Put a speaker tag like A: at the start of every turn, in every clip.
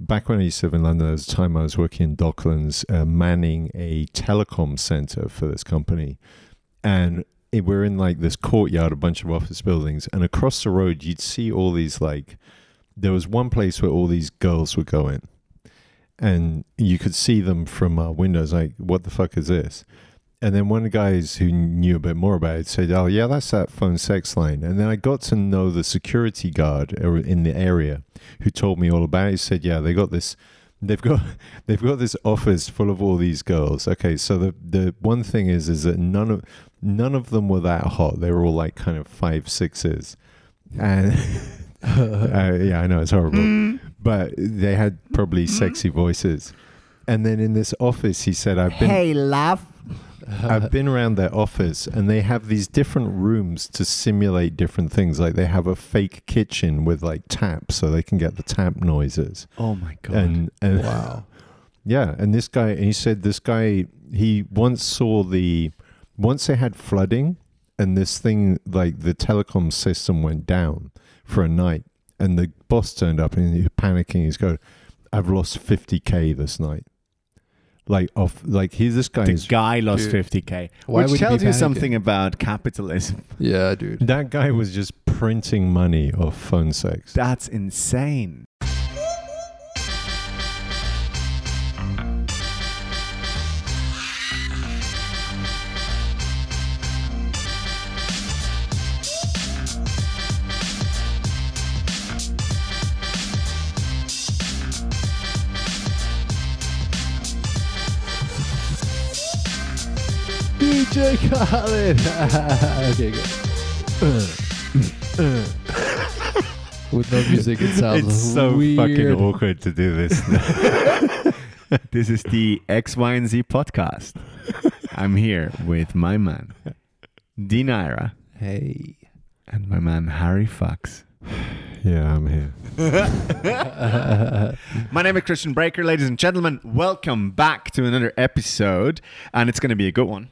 A: back when I used to live in London, there was a time I was working in Docklands, uh, manning a telecom center for this company, and it, we're in like this courtyard, a bunch of office buildings, and across the road you'd see all these like. There was one place where all these girls were going, and you could see them from our windows. Like, what the fuck is this? And then one of the guys who knew a bit more about it said, "Oh yeah, that's that phone sex line." And then I got to know the security guard ar- in the area, who told me all about it. He said, "Yeah, they got this." They've got they've got this office full of all these girls. Okay, so the the one thing is is that none of none of them were that hot. They were all like kind of five sixes, and uh, yeah, I know it's horrible, but they had probably sexy voices. And then in this office, he said, "I've been
B: Hey, love.
C: Uh-huh.
A: I've been around their office and they have these different rooms to simulate different things. Like they have a fake kitchen with like taps so they can get the tap noises.
C: Oh my god!
A: And, and
C: wow.
A: yeah, and this guy, and he said this guy, he once saw the, once they had flooding and this thing, like the telecom system went down for a night and the boss turned up and he was panicking. He's going, I've lost 50K this night. Like off, like he's this guy
D: The
A: is
D: guy lost
C: Dude.
D: 50k.
C: Why would
D: which
C: he be
D: tells you
C: panicking?
D: something about capitalism.
C: Yeah, dude.
A: That guy was just printing money off phone sex.
D: That's insane.
C: DJ Khaled. okay, good. With no music, it sounds
A: It's so
C: weird.
A: fucking awkward to do this.
D: This is the X, Y, and Z podcast. I'm here with my man, D Naira,
C: Hey.
D: and my man, Harry Fox.
A: yeah, I'm here.
D: My name is Christian Breaker, ladies and gentlemen. Welcome back to another episode, and it's going to be a good one.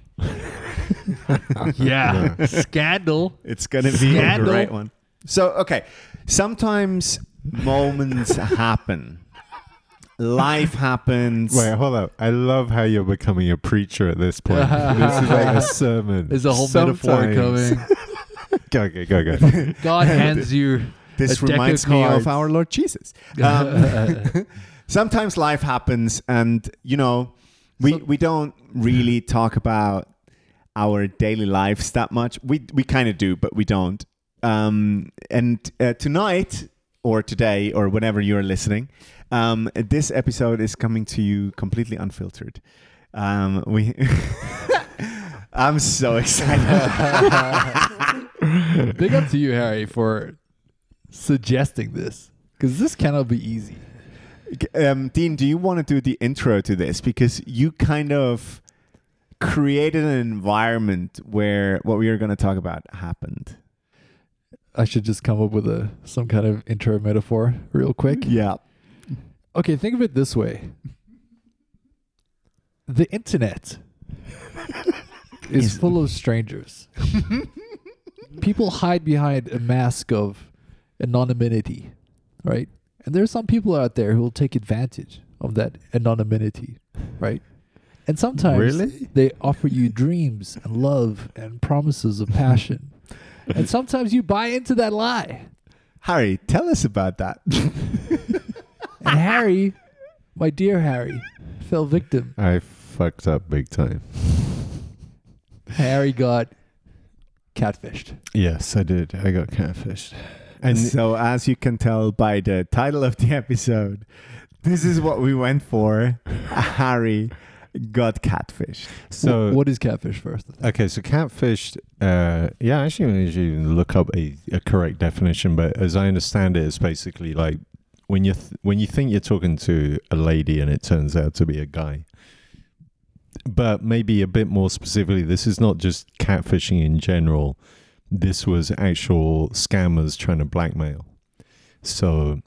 E: Yeah. Scandal.
D: It's going to be a
E: Scandal.
D: great one. So, okay, sometimes moments happen. Life happens.
A: Wait, hold up. I love how you're becoming a preacher at this point. this is like a sermon.
E: There's a whole metaphor
A: Sometimes-
E: coming.
A: Go, go, go, go.
E: God hands you. a
D: This
E: deck of
D: reminds me of
E: cards.
D: our Lord Jesus. Um, sometimes life happens, and you know, we
E: So-
D: we don't really talk about our daily lives that much. We we kind of do, but we don't. Um, and uh, tonight, or today, or whenever you're listening, um, this episode is coming to you completely unfiltered. Um, we. I'm so excited.
C: Big up to you, Harry, for suggesting this. Because this cannot be easy.
D: um, Dean, do you want to do the intro to this? Because you kind of created an environment where what we are going to talk about happened.
C: I should just come up with a some kind of intro metaphor real quick.
D: Yeah.
C: Okay, think of it this way. The internet is
D: Is-
C: full of strangers. people hide behind a mask of anonymity, right? And there are some people out there who will take advantage of that anonymity, right? And sometimes
A: Really?
C: they offer you dreams and love and promises of passion. and sometimes you buy into that lie.
D: Harry, tell us about that.
C: And Harry, my dear Harry, fell victim.
A: I fucked up big time.
C: Harry got catfished.
A: Yes, I did. I got catfished. And
D: so, as you can tell by the title of the episode, this is what we went for. Harry got catfished.
A: so,
C: Wh- what is catfish first?
A: okay, so catfished. Uh, yeah, actually, I need to look up a, a correct definition, but as I understand it, it's basically like when you th- when you think you're talking to a lady and it turns out to be a guy. But maybe a bit more specifically, this is not just catfishing in general. This was actual scammers trying to blackmail. So,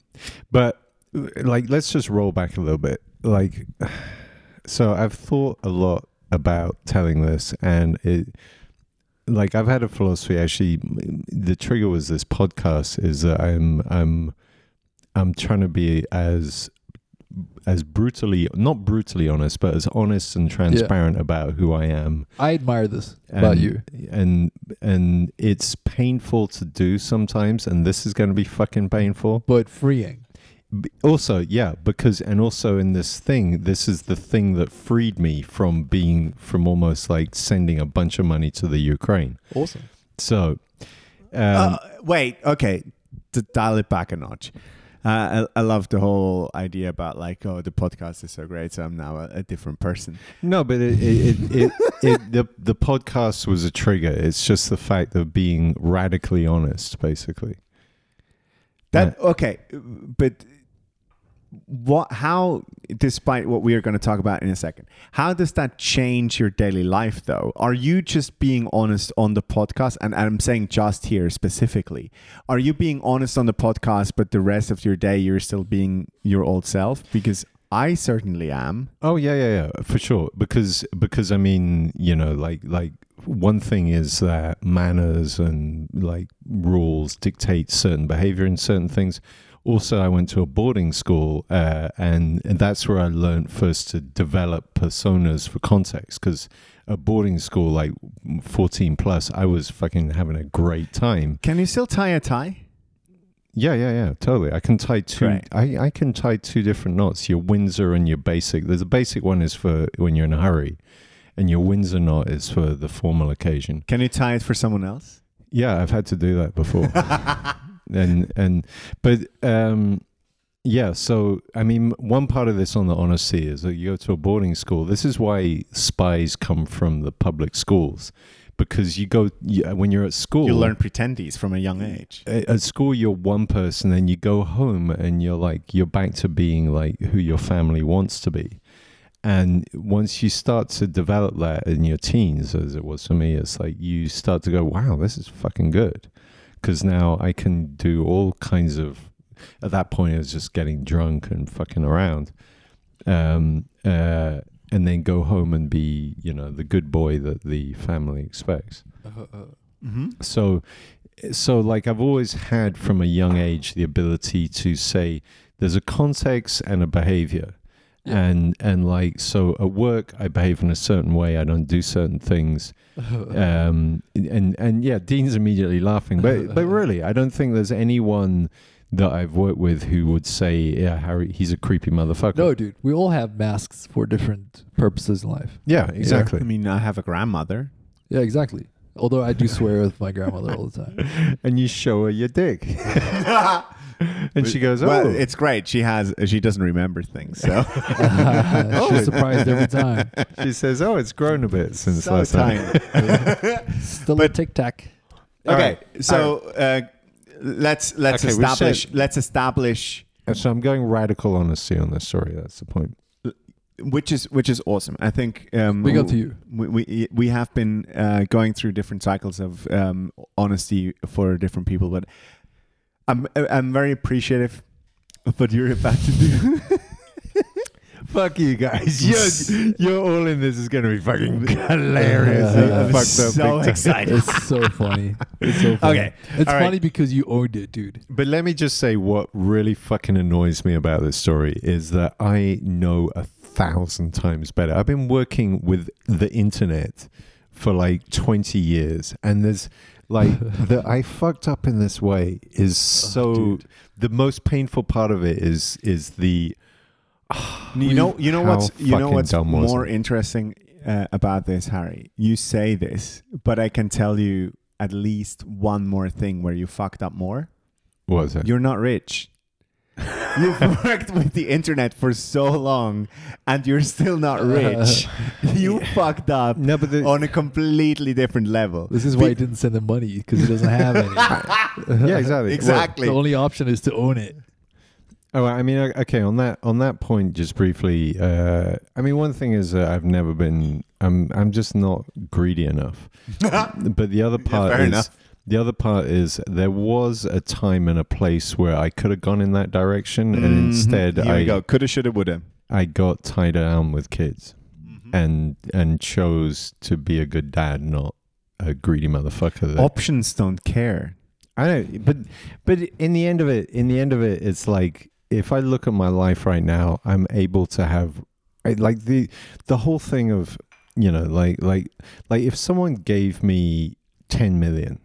A: but like, let's just roll back a little bit. Like, so I've thought a lot about telling this, and it, like, I've had a philosophy. Actually, the trigger was this podcast. Is that I'm I'm I'm trying to be as as brutally, not brutally honest, but as honest and transparent about who I am.
C: I admire this about
A: And-
C: you.
A: And and it's painful to do sometimes, and this is going to be fucking painful.
C: But freeing.
A: B- also yeah because and also in this thing this is the thing that freed me from being from almost like sending a bunch of money to the ukraine
C: Awesome.
A: so um,
D: Uh, wait, okay, to dial it back a notch. Uh, I, I love the whole idea about like, oh, the podcast is so great, so I'm now a, a different person.
A: no but it, it, it, it, it the, the podcast was a trigger it's just the fact of being radically honest basically
D: That okay, but what? How, despite what we are going to talk about in a second, how does that change your daily life? Though, are you just being honest on the podcast? And I'm saying just here specifically, are you being honest on the podcast, but the rest of your day you're still being your old self? Because I certainly am.
A: Oh yeah, yeah, yeah, for sure. Because because I mean, you know, like like one thing is that manners and like rules dictate certain behavior in certain things. Also, I went to a boarding school, uh, and, and that's where I learned first to develop personas for context. Because at boarding school, like fourteen plus, I was fucking having a great time.
D: Can you still tie a tie?
A: Yeah, yeah, yeah, totally. I can tie two.
D: Right.
A: I, I can tie two different knots. Your Windsor and your basic. There's a basic one is for when you're in a hurry, and your Windsor knot is for the formal occasion.
D: Can you tie it for someone else?
A: Yeah, I've had to do that before. and and but um, yeah. So I mean, one part of this on the honesty is that you go to a boarding school. This is why spies come from the public schools, because you go you, when you're at school.
D: You learn pretendies from a young age.
A: at at school you're one person then you go home and you're like you're back to being like who your family wants to be and once you start to develop that in your teens as it was for me it's like you start to go wow this is fucking good because now i can do all kinds of at that point i was just getting drunk and fucking around um, uh, and then go home and be you know the good boy that the family expects
D: Mm-hmm.
A: so so like i've always had from a young age the ability to say there's a context and a behavior
C: Yeah.
A: and and like so at work i behave in a certain way i don't do certain things um and and yeah dean's immediately laughing but but really i don't think there's anyone that i've worked with who would say yeah harry he's a creepy motherfucker
C: No, dude, we all have masks for different purposes in life.
A: yeah exactly
D: I mean, I have a grandmother.
C: Yeah, exactly. Although I do swear with my grandmother all the time.
A: and you show her your dick and she goes oh
D: Well, it's great. She has. She doesn't remember things. So
C: She's surprised every time.
A: she says oh it's grown a bit since
D: so
A: last time
D: tiny.
C: Still a
D: But-
C: tic tac.
A: All
D: Okay,
A: right.
D: so uh, let's let's
A: Okay, we
D: establish let's establish
A: And So I'm going radical honesty on this. Sorry, that's the point.
D: which is which is awesome. I think um,
C: We got to you.
D: We we, we have been uh, going through different cycles of um, honesty for different people, but I'm I'm very appreciative of what you're about to do.
A: Fuck you guys. You're, you're all in this is going to be fucking hilarious.
C: Yeah.
A: You
C: I'm
A: fucked up
D: so
A: big time.
D: excited.
C: It's so funny. It's so funny.
D: Okay,
C: It's
D: all right.
C: funny because you owned it, dude.
A: But let me just say what really fucking annoys me about this story is that I know a thousand times better. I've been working with the internet for like 20 years and there's like that I fucked up in this way is so
C: Oh, dude.
A: the most painful part of it is is the
D: You know, you know
A: How
D: what's you know
A: fucking
D: what's
A: dumb was
D: more
A: it?
D: interesting uh, about this, Harry. You say this, but I can tell you at least one more thing where you fucked up more.
A: what was it?
D: You're not rich. You've worked with the internet for so long, and you're still not rich. you fucked up
A: Uh, No, but the,
D: on a completely different level.
C: This is why he didn't send him money because he doesn't have any.
A: yeah, exactly. Well,
D: Exactly.
C: the only option is to own it.
A: Oh, I mean, o- okay. On that on that point, just briefly. Uh, I mean, one thing is that I've never been. I'm I'm just not greedy enough. but the other part
D: fair
A: is
D: enough.
A: the other part is there was a time and a place where I could have gone in that direction, and instead
D: Mm-hmm. Here we
A: I
D: go. Coulda, shoulda, woulda.
A: I got tied down with kids,
D: Mm-hmm.
A: and and chose to be a good dad, not a greedy motherfucker. That
D: Options don't care.
A: I don't, but but in the end of it, in the end of it, it's like if I look at my life right now, I'm able to have I- like the the whole thing of you know like like like if someone gave me 10 million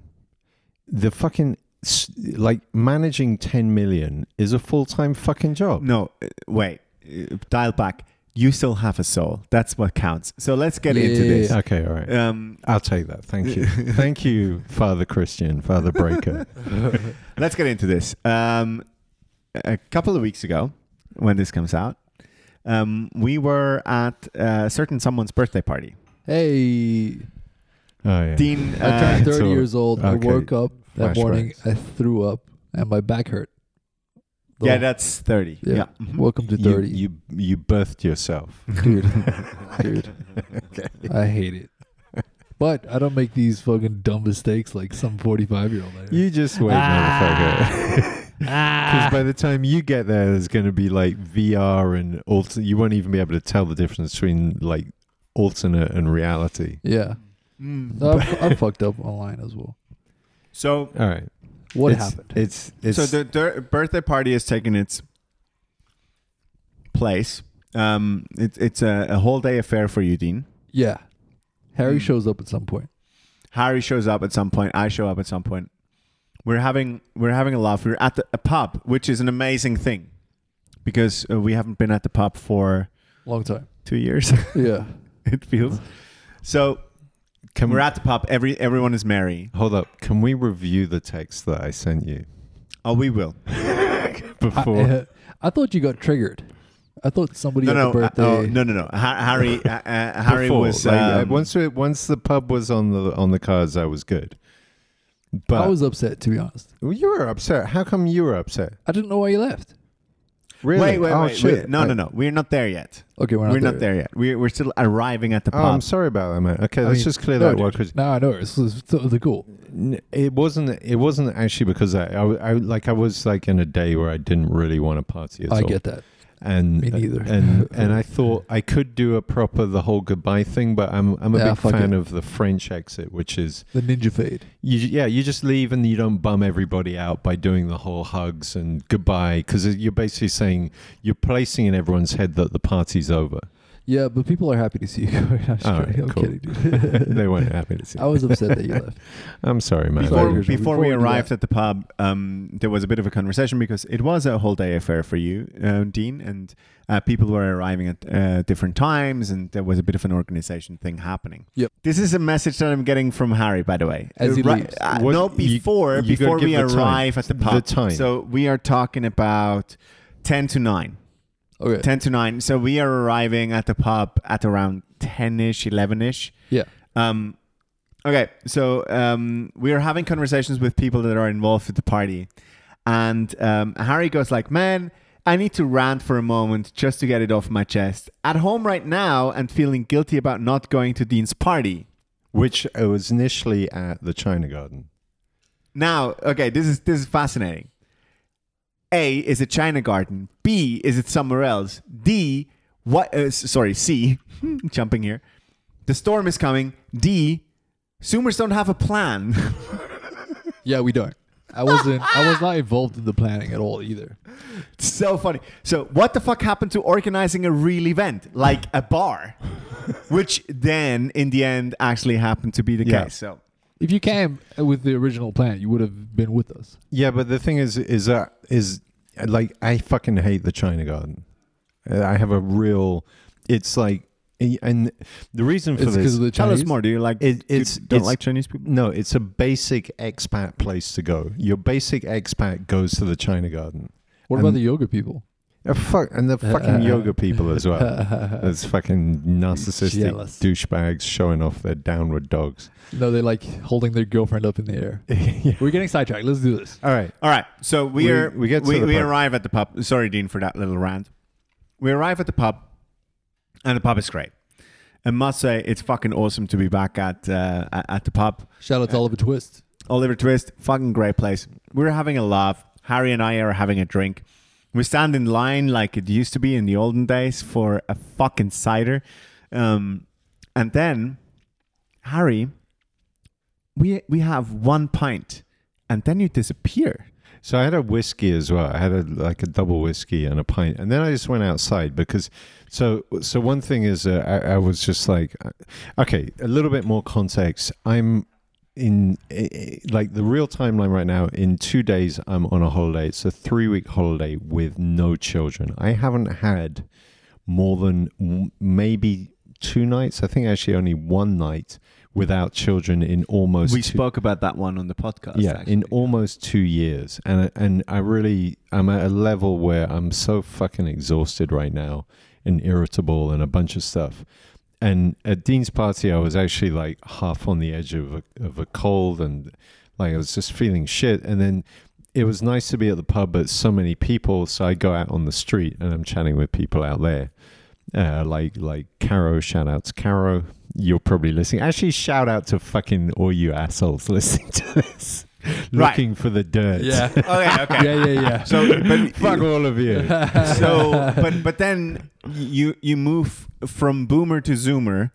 A: the fucking s- like managing 10 million is a full-time fucking job
D: No, uh, wait, uh, dial back. You still have a soul. That's what counts. So let's get into
C: Yeah.
D: this.
A: okay all right
D: Um,
A: i'll take that thank you thank you father christian father breaker
D: Let's get into this. Um, a couple of weeks ago, when this comes out, um, we were at uh, a certain someone's birthday party.
C: Hey,
A: oh yeah
D: Dean,
C: I turned
D: uh,
A: it's
C: 30
A: all-
C: years old. I
A: okay.
C: woke up that morning.
A: Flashbacks.
C: I threw up and my back hurt.
D: yeah,
C: Oh,
D: that's thirty.
C: Yeah.
D: Yeah, Mhm.
C: welcome to 30.
A: You, you you birthed yourself.
C: dude. I hate it. But I don't make these fucking dumb mistakes like some 45 year old.
A: You just wait, motherfucker. Because by the time you get there, there's going to be like VR and alternate. You won't even be able to tell the difference between like alternate and reality.
C: Yeah.
D: Mm.
C: No, I'm, I'm fucked up online as well.
D: So,
A: All right.
C: What
A: it's,
C: happened?
A: It's it's
D: so the, the birthday party has taken its place. Um, it, it's a, a whole day affair for you, Dean.
C: yeah. Harry
D: Mm.
C: shows up at some point.
D: Harry shows up at some point. I show up at some point. We're having we're having a laugh. We're at the, a pub, which is an amazing thing because uh, we haven't been at the pub for
C: Long time.
D: two years.
C: Yeah.
D: it feels so.
A: can
D: We're at the pub. Every everyone is merry.
A: hold up. Can we review the text that I sent you
D: Oh, we will.
A: before?
C: I, I thought you got triggered. I thought somebody
D: No,
C: at
D: no,
C: the
D: uh,
C: birthday.
D: oh, no, no, no. Ha- Harry, uh, uh, Harry
A: before,
D: was.
A: like, uh,
D: um,
A: once we, once the pub was on the on the cards, I was good. But
C: I was upset, to be honest.
A: Well, you were upset. How come you were upset?
C: I didn't know why you left.
A: Really?
D: Wait, wait,
A: oh,
D: wait.
A: Shit.
D: wait. No, no, no. We're not there yet.
C: Okay, we're
D: We're
C: not
D: not,
C: there.
D: there yet. We're, we're still arriving at the
A: Oh, I'm
D: pub.
A: sorry about that, man. Okay,
C: I
A: let's
C: mean,
A: just clear
C: no,
A: that one
C: dude.
A: because
C: Now I know. This is totally cool.
A: n- it wasn't. It wasn't actually because I, I, I- like, I was like in a day where I didn't really want to party at
C: I
A: all.
C: get that.
A: and
C: Me neither.
A: And and I thought I could do a proper the whole goodbye thing, but I'm I'm a
C: Yeah,
A: big
C: fuck
A: fan
C: it.
A: of the French exit, which is
C: The ninja fade.
A: you yeah you just leave and you don't bum everybody out by doing the whole hugs and goodbye because you're basically saying you're placing in everyone's head that the party's over.
C: Yeah, but people are happy to see you. I'm, just
A: All
C: kidding.
A: right,
C: I'm
A: cool.
C: kidding, dude.
A: they weren't happy to see.
C: I was upset that you left.
A: I'm sorry, man.
D: Before,
C: Sorry,
D: before,
C: Christian, before
D: we
C: we do
D: arrived at
C: that.
D: the pub, um, there was a bit of a conversation because it was a whole day affair for you, uh, Dean, and uh, people were arriving at uh, different times, and there was a bit of an organization thing happening.
C: Yep.
D: This is a message that I'm getting from Harry, by the way.
C: As he
D: Ri-
C: leaves.
D: uh,
A: What-
D: no,
A: you-
D: before
A: you gotta
D: before
A: give
D: we
A: the time.
D: arrive at the
A: The
D: pub.
A: time.
D: So we are talking about ten to nine.
C: Okay.
D: Ten to nine. So we are arriving at the pub at around ten ish, eleven ish.
C: Yeah.
D: Um, okay, so um, we are having conversations with people that are involved with the party, and um, Harry goes like, "Man, I need to rant for a moment just to get it off my chest. At home right now, and feeling guilty about not going to Dean's party."
A: Which I was initially at the China Garden.
D: Now, okay, this is this is fascinating. A is it China Garden? B is it somewhere else? D what? Uh, s- sorry, C. jumping here. The storm is coming. D. Zoomers don't have a plan.
C: Yeah, we don't. I wasn't. I was not involved in the planning at all either.
D: so funny. So, what the fuck happened to organizing a real event like a bar, which then in the end actually happened to be the
A: Yeah.
D: case? So,
C: If you came with the original plan, you would have been with us.
A: Yeah, but the thing is, is that is like I fucking hate the China Garden. Uh, I have a real. It's like, and the reason for
C: It's
A: this.
C: because of the
D: tell
C: Chinese.
D: us more. Do you like?
A: It-
D: do you
A: it's-
D: don't
A: it's-
D: like Chinese people.
A: no, it's a basic expat place to go. Your basic expat goes to the China Garden.
C: What
A: Um,
C: about the yoga people?
A: Uh, fuck, and the fucking yoga people as well. Those fucking narcissistic
C: Jealous.
A: douchebags showing off their downward dogs.
C: no, they like holding their girlfriend up in the air.
A: Yeah.
C: We're getting sidetracked. Let's do this.
A: All right.
D: All right, so we,
A: We-
D: are
A: we get to
D: we,
A: the
D: we
A: pub.
D: arrive at the pub. Sorry, Dean, for that little rant. We arrive at the pub, and the pub is great. I must say, it's fucking awesome to be back at uh, at- at the pub.
C: Shout out to Oliver Twist.
D: Oliver Twist, fucking great place. We're having a laugh. Harry and I are having a drink. We stand in line like it used to be in the olden days for a fucking cider. Um, and then, Harry, we we have one pint, and then you disappear.
A: So I had a whiskey as well. I had a, like a double whiskey and a pint, and then I just went outside because. So so one thing is, uh, I, I was just like, uh, okay, a little bit more context. I'm in eh, eh, like the real timeline right now. In two days, I'm on a holiday. It's a three week holiday with no children. I haven't had more than w- maybe two nights. I think actually only one night without children in almost
D: we
A: two,
D: spoke about that one on the podcast.
A: yeah
D: actually.
A: in almost two years and I- and i really i'm at a level where i'm so fucking exhausted right now and irritable and a bunch of stuff and at dean's party i was actually like half on the edge of a, of a cold and like i was just feeling shit and then it was nice to be at the pub but so many people so i go out on the street and i'm chatting with people out there uh, like like caro shout out to caro you're probably listening actually shout out to fucking all you assholes listening to this
D: Right.
A: looking for the dirt
C: Yeah.
D: okay, okay.
C: yeah, yeah, yeah.
D: So, but
A: fuck all of you
D: so but but then you you move from boomer to zoomer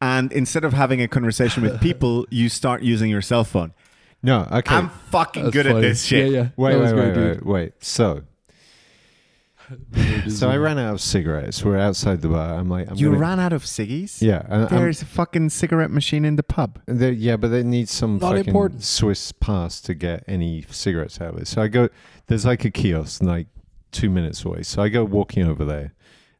D: and instead of having a conversation with people you start using your cell phone
A: no okay
D: i'm fucking
C: That's
D: good at
C: funny.
D: this shit
C: Yeah, yeah.
A: wait
C: That
A: wait
C: was
A: wait,
C: great,
A: wait wait so
C: dude.
A: so i ran out of cigarettes we're outside the bar i'm like I'm
D: you
A: gonna-
D: ran out of ciggies
A: yeah and I'm-
D: there's a fucking cigarette machine in the pub
A: They, yeah, but they need some
C: Not
A: fucking
C: important.
A: Swiss pass to get any cigarettes out of it. So I go. There's like a kiosk, like two minutes away. So I go walking over there,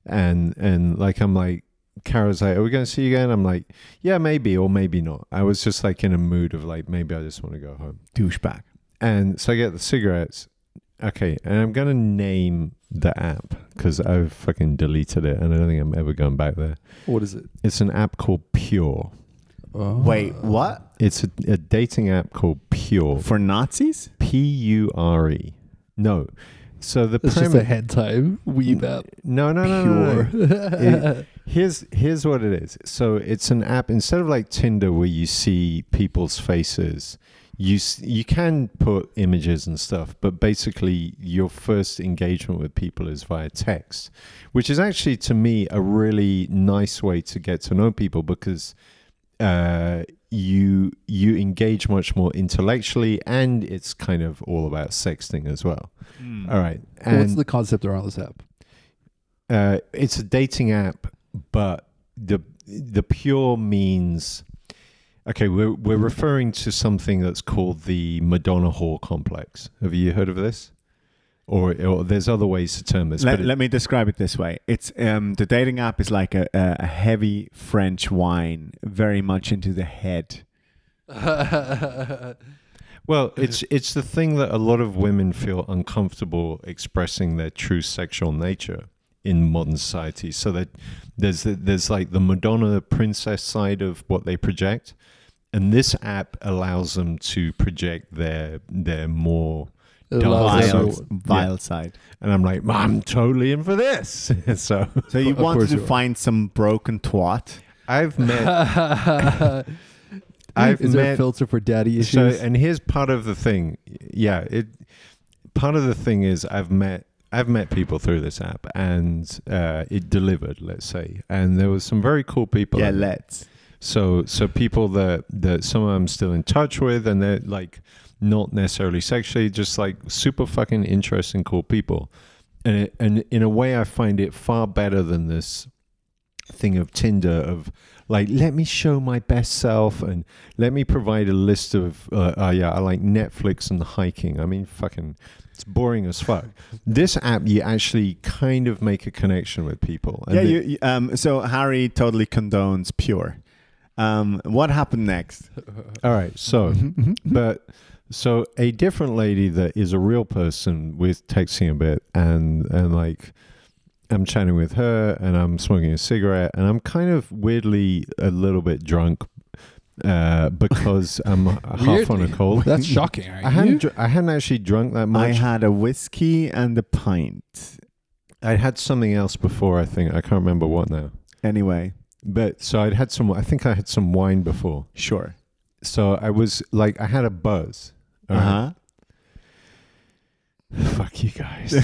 A: and and like I'm like, Cara's like, "Are we going to see you again?" I'm like, "Yeah, maybe or maybe not." I was just like in a mood of like, maybe I just want to go home.
D: douchebag
A: And so I get the cigarettes. Okay, and I'm gonna name the app because I've fucking deleted it, and I don't think I'm ever going back there.
C: What is it?
A: It's an app called Pure. Oh.
D: wait what
A: It's a, a dating app called Pure.
D: for nazis
A: P U R E. No. So the
C: It's
A: premise.
C: just a hentai weeb app.
A: no, no, no, no, no,
C: Pure.
A: no. It- Here's here's what it is. So it's an app instead of like Tinder where you see people's faces. You s- you can put images and stuff, but basically your first engagement with people is via text, which is actually to me a really nice way to get to know people because uh, you you engage much more intellectually, and it's kind of all about sexting as well.
D: Mm.
A: All right, and
C: What's the concept around this app?
A: uh, it's a dating app, but the the pure means okay. We're we're referring to something that's called the Madonna whore complex. Have you heard of this? Or, or there's other ways to term this.
D: let,
A: but it-
D: let me describe it this way it's um the dating app is like a, a a heavy french wine very much into the head
A: well, it's it's the thing that a lot of women feel uncomfortable expressing their true sexual nature in modern society. So that there's there's like the Madonna princess side of what they project, and this app allows them to project their their more
C: It
A: dark
C: allows
A: side.
C: them
D: vile,
C: so-
D: vile side
A: And I'm like, I'm totally in for this. so
D: So you
C: Of
D: wanted
C: course
D: to
C: you are.
D: find some broken twat.
A: I've met. I've
C: is there
A: met.
C: a filter for daddy
A: so, uh,
C: issues?
A: and here's part of the thing. Yeah, it. Part of the thing is I've met. I've met people through this app, and uh, it delivered. Let's say, and there was some very cool people.
D: yeah,
A: in there.
D: let's.
A: So so people that that some of them still in touch with, and they're like not necessarily sexually, just like super fucking interesting, cool people. And it, and in a way, I find it far better than this thing of Tinder of like let me show my best self and let me provide a list of uh, oh yeah I like Netflix and hiking. I mean fucking it's boring as fuck. This app you actually kind of make a connection with people. And
D: Yeah,
A: it-
D: you, you- um, so Harry totally condones pure. Um, what happened next?
A: All right, so
C: Mm-hmm,
A: but so a different lady that is a real person with texting a bit and and like I'm chatting with her and I'm smoking a cigarette and I'm kind of weirdly a little bit drunk uh, because I'm half on a
C: Weirdly.
A: cold.
C: That's shocking.
A: I hadn't dr- I hadn't actually drunk that
D: I
A: much.
D: had a whiskey and a pint.
A: I had something else before. I think I can't remember what now.
D: Anyway,
A: But so I'd had some. I think I had some wine before.
D: sure.
A: So I was like I had a
C: Uh-huh.
A: buzz. All right.
D: Uh huh.
A: Fuck you guys.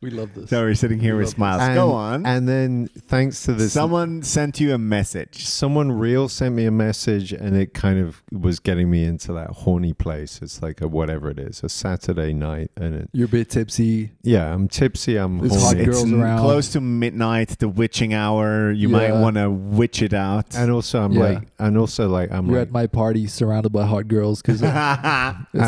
C: We love this.
D: So we're sitting here with
C: Love
D: smiles.
A: And-
D: Go
C: Hmm?
D: on.
A: And then thanks to this
D: Someone sent you a message.
A: someone real sent me a message and it kind of was getting me into that horny place it's like a whatever it is a saturday night and it
C: You're a bit tipsy.
A: yeah i'm tipsy i'm
C: It's hot
A: horny
C: girl. girls
D: n-
C: around.
D: close to midnight, the witching hour. You might
C: Yeah.
D: want to witch it out.
A: and also i'm
C: Yeah.
A: like and also like i'm
C: You're
A: like
C: at my party surrounded by hot girls because it's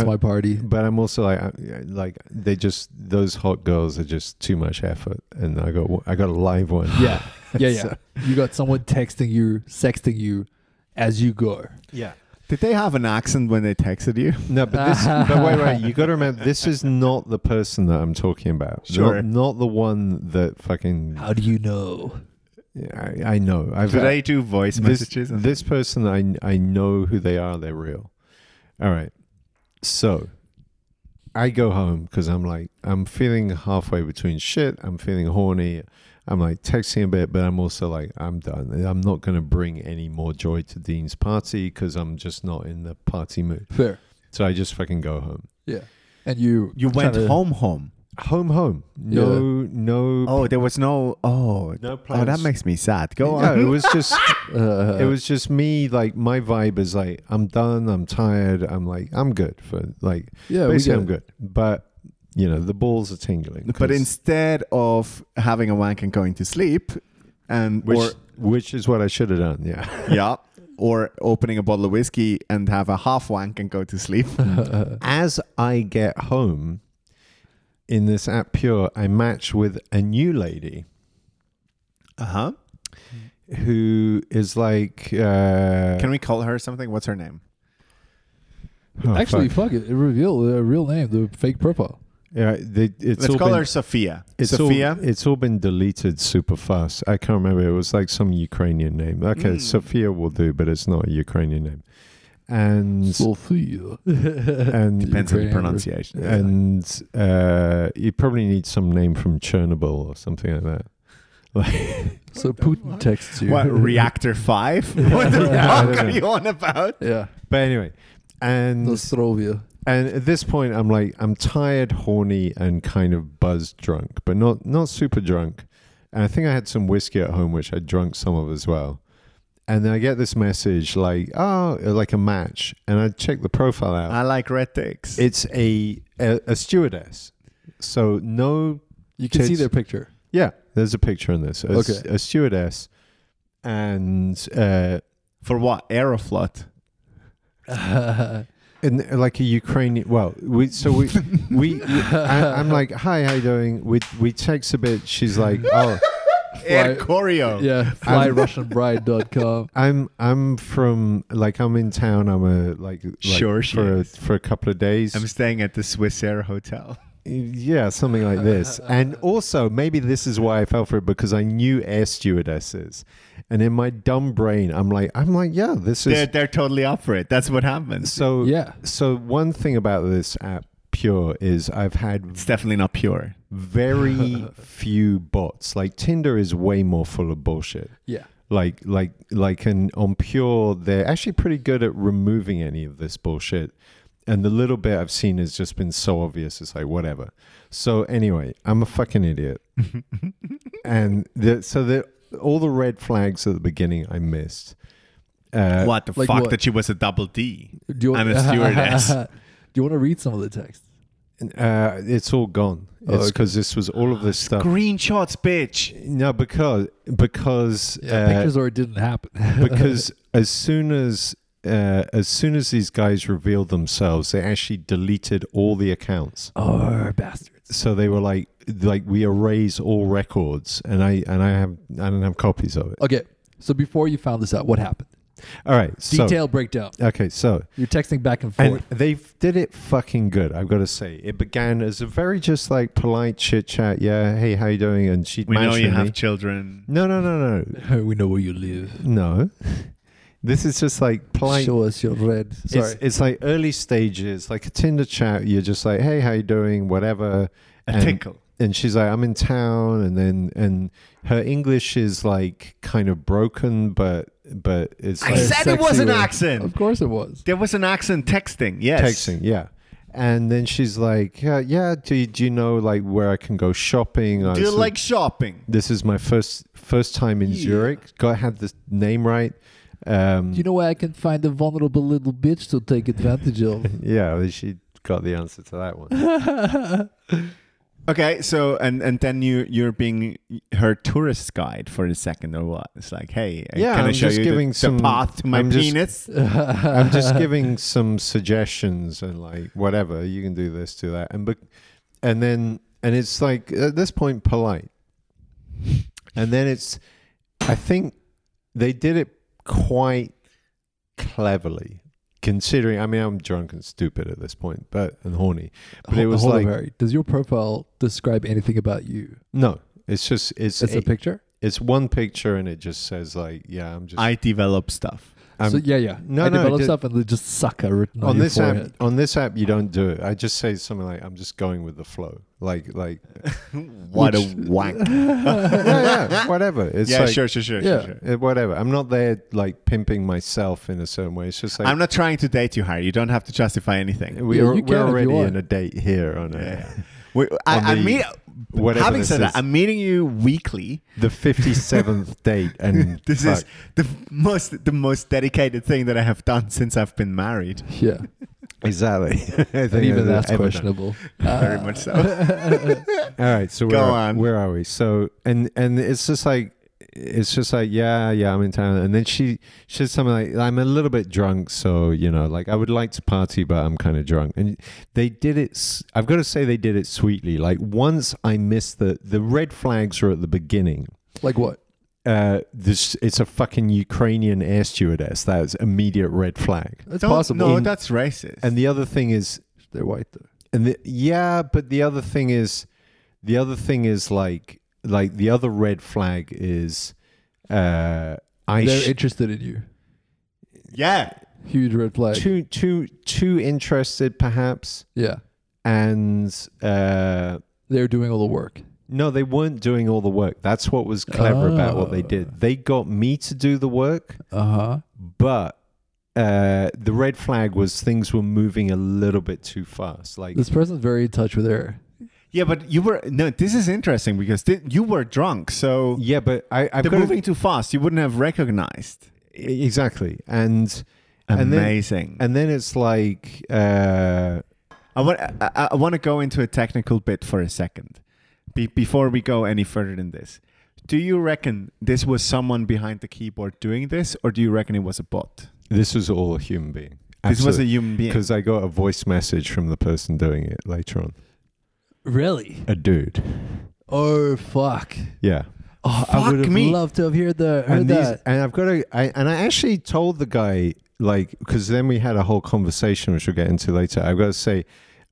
A: I-
C: my party.
A: but i'm also like I, like they just those hot girls are just too much effort and i got one- i got a live one
C: Yeah. Yeah, yeah. you got someone texting you, sexting you as you go.
A: yeah
D: Did they have an accent when they texted you?
A: no but this but wait wait you got to remember this is not the person that i'm talking about
D: Sure.
A: not, not the one that fucking
C: How do you know?
A: I, I know i've
D: Do they do voice
A: this,
D: messages? and-
A: this person I I know who they are, they're real. All right. So I go home because I'm like I'm feeling halfway between shit, I'm feeling horny, I'm like texting a bit, but I'm also like I'm done. I'm not going to bring any more joy to Dean's party because I'm just not in the party mood.
C: Fair.
A: So I just fucking go home.
C: Yeah. And you
D: you went
C: kinda-
D: home, home.
A: Home home. No no
D: Oh, there was no. Oh,
A: no plans.
D: oh, that makes me sad. Go
A: No,
D: on.
A: it was just
C: Uh,
A: it was just me like my vibe is like i'm done i'm tired i'm like i'm good for like
C: yeah, we
A: basically
C: get
A: i'm
C: it.
A: good but you know the balls are tingling 'cause-
D: But instead of having a wank and going to sleep, and
A: which,
D: or
A: which is what i should have done yeah
D: yeah, or opening a bottle of whiskey and have a half wank and go to sleep. Uh.
A: as i get home in this app pure i match with a new lady
D: Uh huh.
A: who is like uh
D: Can we call her something? What's her name?
A: oh,
C: Actually,
A: fuck.
C: fuck. it. it. Reveal the real name, the fake profile.
A: yeah they, it's
D: Let's
A: all
D: call
A: been-
D: her Sophia.
A: it's
D: Sophia.
A: all it's all been deleted super fast. I can't remember. It was like some Ukrainian name. Okay,
D: Mm.
A: Sophia will do, but it's not a Ukrainian name. And
C: Sophia.
A: and
D: Depends on the
C: Ukrainian.
D: pronunciation.
A: and uh, you probably need some name from Chernobyl or something like that.
C: So Putin texts you.
D: What reactor five? what the
A: Yeah.
D: fuck are you on about?
C: Yeah.
A: But anyway, and
C: Nostrovia.
A: and at this point, I'm like I'm tired, horny, and kind of buzz drunk, but not not super drunk. And I think I had some whiskey at home, which I drunk some of as well. And then I get this message like, oh, like a match, and I check the profile out.
D: I like red dicks.
A: it's a, a a stewardess, so no
C: You can see
A: Tits.
C: their picture.
A: Yeah, there's a picture in this. A,
C: Okay.
A: a stewardess, and uh,
D: For what? Aeroflot.
A: in like a Ukrainian. Well, we so we we. I, I'm like, hi, how you doing? We we text a bit. She's like, oh,
D: Air
C: Fly-
D: Corio.
C: yeah,
A: I'm-
C: flyrussianbride.com.
A: I'm I'm from like I'm in town. I'm a like, like
D: Sure she
A: for a,
D: is.
A: for a couple of days.
D: I'm staying at the Swiss Air Hotel.
A: yeah, something like this. And also, maybe this is why I fell for it because I knew air stewardesses, and in my dumb brain, I'm like, I'm like, yeah, this is
D: They're, they're totally up for it. That's what happens.
A: so
C: Yeah.
A: So one thing about this app Pure is I've had
D: It's definitely not pure.
A: very few bots. Like Tinder is way more full of bullshit.
C: Yeah.
A: Like like like and on Pure they're actually pretty good at removing any of this bullshit. And the little bit I've seen has just been so obvious. It's like whatever. So anyway, I'm a fucking idiot. and the, so the, all the red flags at the beginning I missed. Uh,
D: what the
C: like
D: fuck?
C: what?
D: That she was a double D.
C: Do you
D: I'm a stewardess.
C: Do you want to read some of the text?
A: Uh, it's all gone. It's
C: Oh, okay. Ah,
A: because this was all of this stuff.
D: Screenshots, bitch.
A: No, because because
C: Yeah,
A: uh,
C: pictures or it didn't happen.
A: because as soon as uh, as soon as these guys revealed themselves, they actually deleted all the accounts.
C: oh, bastards.
A: So they were like, like we erase all records, and I and I have I don't have copies of it.
C: Okay, so before you found this out, what happened?
A: All right, so
C: Detail breakdown.
A: okay, so
C: You're texting back and forth.
A: And they did it fucking good, I've got to say. It began as a very just like polite chit chat. Yeah, hey, how you doing? And she
D: We know you
A: me.
D: have children.
A: No, no, no, no,
C: we know where you live.
A: no. This is just like polite.
C: Show us your red. Sorry.
A: It's, it's like early stages, like a Tinder chat. You're just like, hey, how you doing? Whatever.
D: A
A: and,
D: tinkle.
A: And she's like, I'm in town, and then and her English is like kind of broken, but but it's
D: I
A: like
D: said it was
C: sexy
D: an
C: way.
D: accent.
C: of course it was.
D: There was an accent texting. Yes.
A: texting, yeah. And then she's like, yeah, yeah do, do you know like where I can go shopping? I
D: Do you
A: said,
D: like shopping?
A: this is my first first time in
C: Yeah.
A: Zurich. Got had the name right. Um,
C: You know where I can find a vulnerable little bitch to take advantage of?
A: yeah, well, she got the answer to that one.
D: Okay, so and and then you you're being her tourist guide for a second or what? It's like, hey,
A: Yeah,
D: can I
A: I'm
D: show
A: just
D: you the-
A: giving
D: the,
A: some-
D: path to my
A: I'm just-
D: penis?
A: I'm just giving some suggestions and like whatever you can do this, do that, and but and then and it's like at this point polite, and then it's I think they did it quite cleverly considering. I mean, I'm drunk and stupid at this point, but and horny, but it
C: Hold-
A: was
C: hold on,
A: like
C: Barry. does your profile describe anything about you?
A: no, it's just it's
C: It's a
A: it-
C: picture.
A: it's one picture and it just says like yeah, I'm just
D: I develop stuff.
A: I'm,
C: so yeah, yeah.
A: No,
C: I
A: no,
C: develop
A: did-
C: stuff and they just sucker written on,
A: on
C: your
A: this app
C: forehead.
A: on this app you don't do it i just say something like i'm just going with the flow like like
D: What a whack!
A: yeah, yeah, whatever it's
D: yeah,
A: like,
D: sure, sure, sure,
C: Yeah.
D: sure, sure.
A: uh, whatever i'm not there like pimping myself in a certain way it's just like
D: I'm not trying to date you, Harry. You don't have to justify anything.
A: we
C: Yeah,
A: are, we're
C: you can if you
A: already
C: want.
A: in a date here on a,
D: We, I,
A: On
D: I
A: the-
D: mean,
A: whatever
D: having
A: this
D: said
A: is.
D: that, I'm meeting you weekly.
A: the 57th date and
D: This is
A: fuck.
D: the most the most dedicated thing that I have done since I've been married.
C: Yeah,
A: exactly I
C: and
A: think
C: even
A: I've
C: that's
A: ever done.
C: questionable.
A: Uh,
D: Very much so.
A: All right, so
D: Go
A: where,
D: on.
A: where are we? So and and it's just like it's just like yeah, yeah, I'm in town. And then she she said something like, "I'm a little bit drunk, so you know, like I would like to party, but I'm kind of drunk." And they did it. s- I've got to say, they did it sweetly. Like once I missed the the red flags were at the beginning.
C: like what?
A: Uh, this it's a fucking Ukrainian air stewardess. That's immediate red flag.
C: It's
D: Don't-
C: possible.
D: No,
A: In-
D: that's racist.
A: And the other thing is
C: They're white though.
A: and the, yeah, but the other thing is, the other thing is like like the other red flag is, uh, I
C: They're
A: sh-
C: interested in you.
D: yeah,
C: Huge red flag.
A: too too too interested perhaps,
C: Yeah,
A: and uh,
C: they're doing all the work.
A: no, they weren't doing all the work. That's what was clever about what they did. They got me to do the work,
C: Uh
A: Uh-huh.
C: huh.
A: but. Uh, the red flag was things were moving a little bit too fast. Like
C: This person's very in touch with her.
D: yeah, but you were no. This is interesting because thi- you were drunk, so
A: yeah, but I, I've
D: they're
A: got
D: moving too fast. You wouldn't have recognized.
A: exactly, and and then
D: Amazing.
A: and then it's like uh
D: I want I, I want to go into a technical bit for a second be, before we go any further than this. Do you reckon this was someone behind the keyboard doing this, or do you reckon it was a bot?
A: this was all a human being
D: This was a human being.
A: because i got a voice message from the person doing it later on
C: Really?
A: a dude
C: Oh fuck!
A: yeah
C: Oh, I
D: Fuck
C: would have
D: me.
C: loved to have heard the heard
A: and
C: that.
A: these and i've got a I, and i actually told the guy like because then we had a whole conversation which we'll get into later i've got to say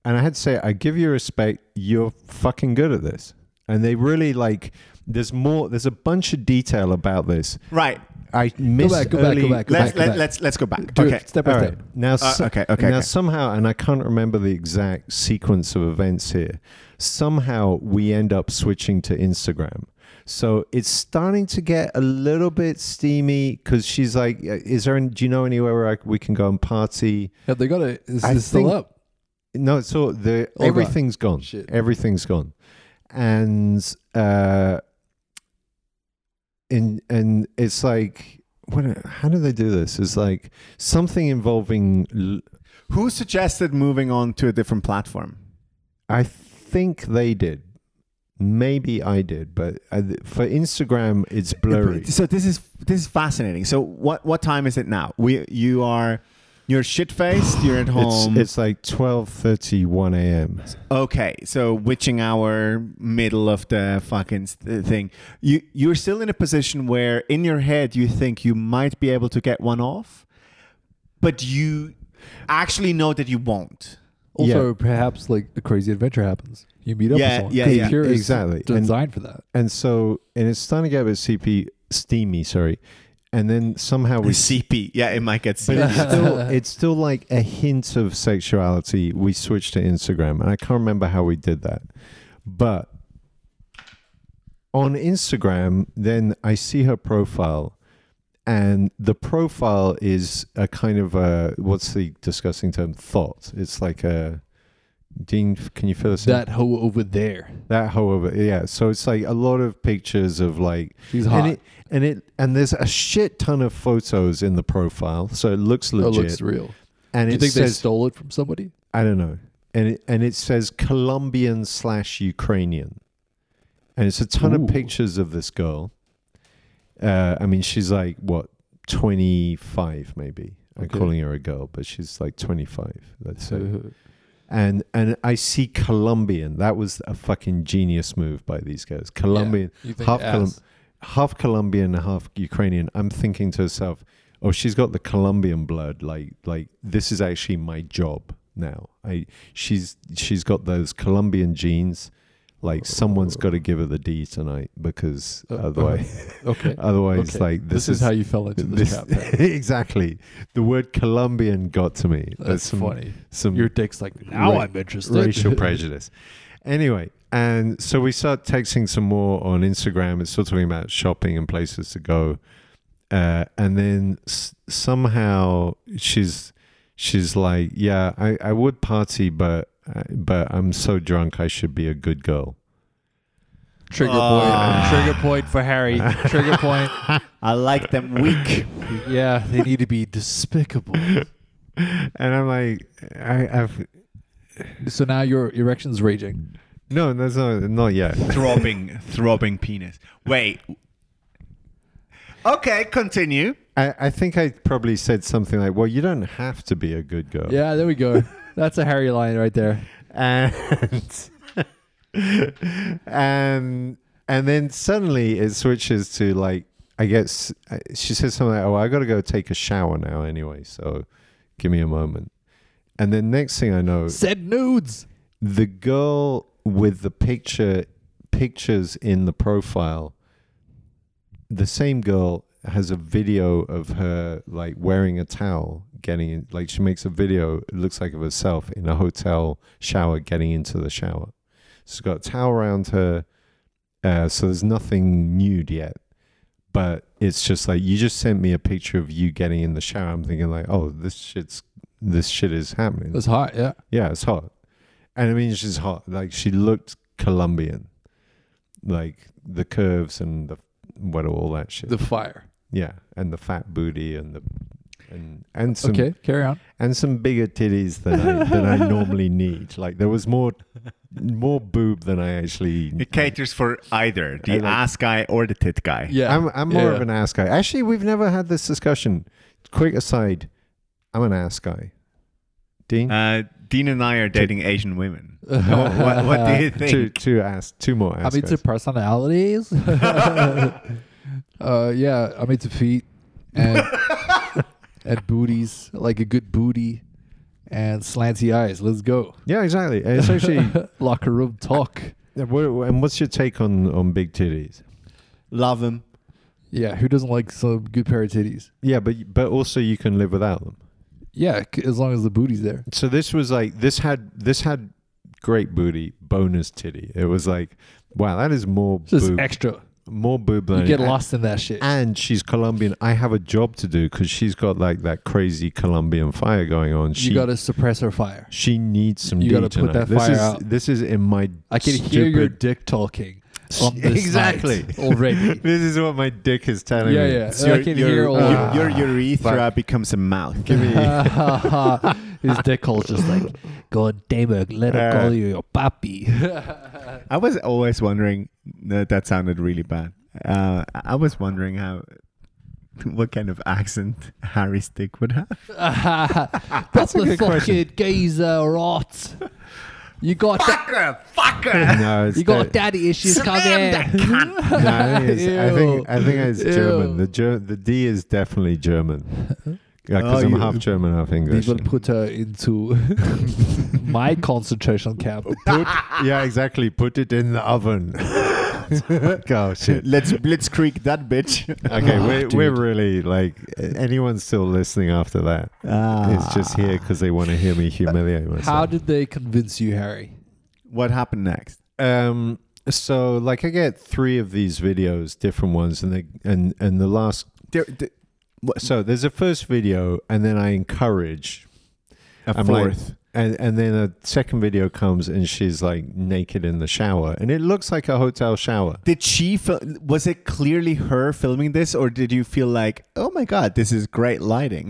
A: and i had to say i give you respect you're fucking good at this and they really like there's more there's a bunch of detail about this
D: Right.
A: i missed
C: back, go back, go
A: early-
C: back, go
D: Let's
C: back,
D: let,
C: back.
D: let's let's go back.
C: Do it
D: okay.
C: step by
A: All
C: step.
A: right. Now,
D: Uh,
A: so-
D: okay, okay,
A: now
D: okay.
A: somehow, and I can't remember the exact sequence of events here. Somehow we end up switching to Instagram. So it's starting to get a little bit steamy because she's like, "Uh, "Is there? Do you know anywhere where I, we can go and party?"
C: Have they got it? Is
A: I
C: it still
A: think-
C: up?
A: No, so the
C: All gone.
A: everything's gone.
C: Shit.
A: Everything's gone, and uh, and and it's like, what? How do they do this? It's like something involving. l-
D: Who suggested moving on to a different platform?
A: I think they did. Maybe I did, but uh, for Instagram, it's blurry.
D: So this is this is fascinating. So what what time is it now? We you are you're shit faced. You're at
A: It's,
D: home.
A: it's like 12.31 a.m.
D: Okay, so witching hour, middle of the fucking st- thing. You you're still in a position where in your head you think you might be able to get one off, but you actually know that you won't.
C: Also, perhaps like a crazy adventure happens. You meet up
D: Yeah,
C: with someone.
D: yeah,
C: 'Cause
D: yeah.
C: here is
A: Exactly. And-
C: Designed for that.
A: And so, and it's starting to get a bit CP, steamy, sorry. And then somehow we...
D: CP, yeah, it might get
A: But it's
D: serious.
A: still, it's still like a hint of sexuality. We switched to Instagram, and I can't remember how we did that. But on Instagram, then I see her profile, and the profile is a kind of a what's the disgusting term? Thought. It's like a Dean, f- can you fill us in?
C: That hoe over there.
A: That, however, yeah. So it's like a lot of pictures of like
C: She's hot.
A: And it, and it and there's a shit ton of photos in the profile, so it looks
C: That
A: legit.
C: looks real.
A: and
C: Do
A: it
C: you think they
A: says
C: stole it from somebody?
A: I don't know, and it and it says Colombian slash Ukrainian, and it's a ton
C: Ooh.
A: of pictures of this girl. Uh, I mean, she's like what twenty five maybe. I'm
C: Okay. Uh-huh.
A: calling her a girl, but she's like twenty five. Let's say. and and I see Colombian. That was a fucking genius move by these guys. Colombian,
C: You think
A: half
C: ass.
A: Colom- half Colombian, half Ukrainian. I'm thinking to herself, oh, she's got the Colombian blood. Like like this is actually my job now. I she's she's got those Colombian genes. Like someone's got to give her the D tonight because
C: Oh. Uh,
A: otherwise,
C: Okay.
A: otherwise,
C: Okay.
A: like
C: This, is, how you fell into this,
A: this-
C: trap. man.
A: exactly. The word Colombian got to me.
C: That's
A: some,
C: funny.
A: Some
C: Your dick's like, now
A: Ra-
C: I'm interested.
A: racial prejudice. Anyway, and so we start texting some more on Instagram. It's still talking about shopping and places to go, uh, and then s- somehow she's she's like, "Yeah, I, I would party, but but I'm so drunk, I should be a good girl."
E: Trigger
C: Uh,
D: Ah.
E: point. Trigger point for Harry. Trigger point.
D: I like them weak.
E: Yeah.
C: they need to be despicable.
A: And I'm like, I, I've
C: so now your erection's raging.
A: no, that's not not yet.
D: throbbing, throbbing penis. Wait. Okay, continue.
A: I, I think I probably said something like, "Well, you don't have to be a good girl."
C: Yeah, there we go. That's a Harry line right there.
A: and and and then suddenly it switches to like I guess uh, she says something like, "Oh, I got to go take a shower now anyway, so give me a moment." And then next thing I know,
C: Said nudes.
A: the girl with the picture pictures in the profile, the same girl has a video of her like wearing a towel, getting in, like she makes a video. It looks like of herself in a hotel shower, getting into the shower. She's got a towel around her, uh, so there's nothing nude yet. But it's just like you just sent me a picture of you getting in the shower. I'm thinking like, oh, this shit's this shit is happening.
C: That's hot, yeah.
A: Yeah, it's hot. And I mean, she's hot. Like she looked Colombian, like the curves and the what all that shit.
C: The fire.
A: yeah, and the fat booty and the and and some
C: Okay, carry on.
A: and some bigger titties than I than I normally need. Like there was more more boob than I actually.
D: It caters for either the
A: I like-
D: ass guy or the tit guy.
C: Yeah.
A: I'm I'm more
C: Yeah.
A: of an ass guy. Actually, we've never had this discussion. Quick aside, I'm an ass guy. Dean,
D: Uh, Dean and I are dating Asian women. what, what- what do you
A: two
D: think?
A: two ass two more ass
C: I'm into
A: guys.
C: personalities. uh, yeah, I'm into feet and, and booties, like a good booty and slanty eyes. Let's go.
A: yeah, exactly. And It's actually
C: Locker room talk.
A: Yeah, what, and what's your take on on big titties?
D: Love him.
C: Yeah, who doesn't like some good pair of titties?
A: Yeah, but but also you can live without them.
C: Yeah, c- as long as the booty's there.
A: So this was like this had this had great booty, bonus titty. It was like, wow, that is more
C: Just
A: boob,
C: extra.
A: more boob than
C: You get
A: and-
C: lost in that shit.
A: And she's Colombian. I have a job to do because she's got like that crazy Colombian fire going on. She
C: you gotta suppress her fire.
A: she needs some.
C: you
A: D
C: gotta
A: tonight.
C: put that
A: this
C: fire
A: is
C: out.
A: this is in my.
C: I can hear your
A: stupid-
C: dick talking on this
A: Exactly.
C: night already.
A: This is what my dick is telling
C: Yeah,
A: me.
C: yeah.
A: It's
C: I can hear all that.
D: your, your urethra
A: Fuck.
D: becomes a mouth.
C: His dick hole's just like, God damn it, let her call you your papi.
D: I was always wondering. No, that sounded really bad. Uh, I I was wondering how, what kind of accent Harry's dick would have.
C: That's the fucking geezer rot. You got da-
D: Fucker, fucker.
A: no, it's
C: you got
A: that-
C: daddy issues coming.
A: No, I think it's, I think I think it's
C: Ew.
A: German. The Ger- the D is definitely German. Yeah, because
D: Oh,
A: I'm
D: you-
A: half German, half English.
C: They will put her into my concentration camp.
A: yeah, exactly. Put it in the oven. God, shit.
D: Let's blitzkrieg that bitch.
A: Okay, we're,
C: Ah, dude.
A: we're really like anyone still listening after that
D: Ah.
A: is just here because they want to hear me humiliate myself.
C: Ah. How did they convince you, Harry?
D: What happened next?
A: um so like I get three of these videos, different ones, and they and and the last
D: There, there,
A: so there's a first video and then i encourage
D: a
A: I'm like-
D: fourth.
A: And and then a second video comes and she's like naked in the shower, and it looks like a hotel shower.
D: did she fil- was it clearly her filming this or did you feel like oh my god this is great lighting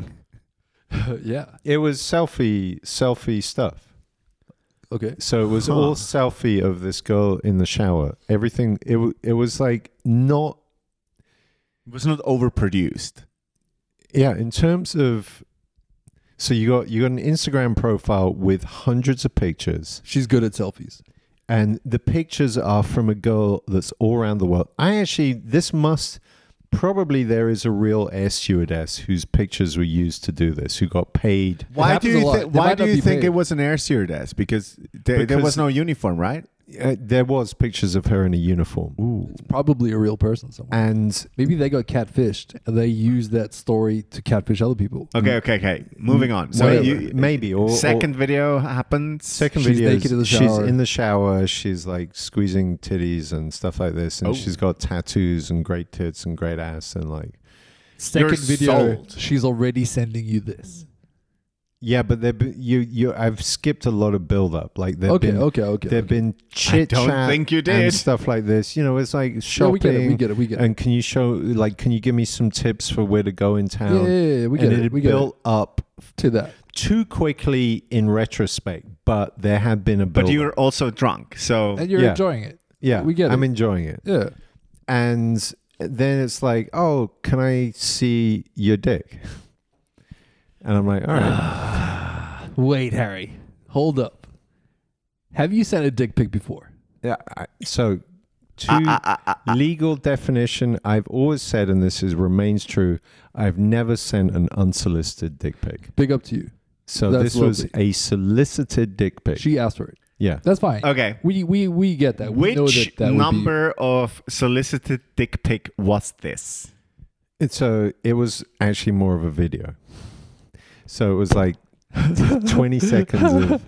C: yeah.
A: It was selfie selfie stuff.
C: Okay.
A: So it was
D: Huh.
A: all selfie of this girl in the shower. Everything it w- it was like not
D: it was not overproduced
A: yeah, in terms of so you got you got an Instagram profile with hundreds of pictures
C: She's good at selfies.
A: and the pictures are from a girl that's all around the world. I actually this must probably there is a real air stewardess whose pictures were used to do this who got paid
D: why do
C: happens a
D: you
C: lot.
D: thi-
C: They
D: why
C: might
D: do
C: not
D: you
C: be
D: think
C: paid.
D: it was an air stewardess because, there there
A: Because-
D: was no uniform right
A: uh, there was pictures of her in a uniform
D: Ooh.
C: Probably a real person somewhere.
A: and
C: Maybe they got catfished and they used that story to catfish other people.
D: okay okay okay moving on so
A: whatever,
D: you,
A: maybe or or-
D: second video happens
A: Second
C: She's
A: video,
C: naked in the
A: she's
C: shower.
A: in the shower. She's like squeezing titties and stuff like this, and
D: Oh.
A: she's got tattoos and great tits and great ass and like
C: Second
D: You're
C: video,
D: sold.
C: she's already sending you this.
A: yeah. But there, you you I've skipped a lot of build up. Like there
C: okay,
A: been
C: okay, okay,
A: there been chit
D: don't
A: chat
D: think you
A: and
D: did.
A: stuff like this. You know, it's like
C: No, we
A: shopping.
C: get it. We get it. We get it.
A: and can you show like can you give me some tips for where to go in
C: Yeah, yeah,
A: town?
C: yeah, yeah, we
A: and
C: get
A: had
C: it. We get
A: built up
C: it to that.
A: too quickly in retrospect, but there had been a build.
D: but you're also drunk so
C: And you're
A: Yeah.
C: enjoying it.
A: yeah,
C: we get
A: I'm
C: it.
A: enjoying it.
C: Yeah.
A: and then it's like, oh, can I see your dick? And I'm like, all right,
C: Wait, Harry. Hold up. Have you sent a dick pic before?
A: yeah. I- So, to
D: Ah, ah, ah, ah.
A: legal definition, I've always said, and this is remains true, I've never sent an unsolicited dick pic.
C: Big up to you.
A: So
C: That's
A: this was a solicited dick pic.
C: She asked for it.
A: yeah,
C: That's fine.
D: okay
C: We we we get that. we know
D: which
C: that that would be-
D: number of solicited dick pic was this
A: And so it was actually more of a video. So it was like 20 seconds of video.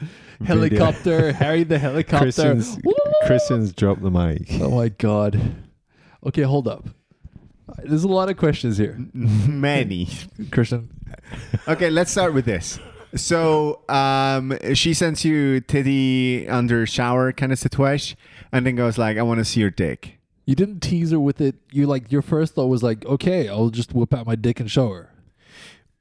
C: helicopter, Harry the helicopter.
A: Kristen's,
C: Woo!
A: Kristen's dropped the mic.
C: Oh my god. Okay, hold up. There's a lot of questions here,
D: many
C: Christian.
D: Okay, let's start with this. So um, she sends you titty under shower kind of situation, and then goes like, "I want to see your dick."
C: You didn't tease her with it. You like your first thought was like, okay, I'll just whip out my dick and show her.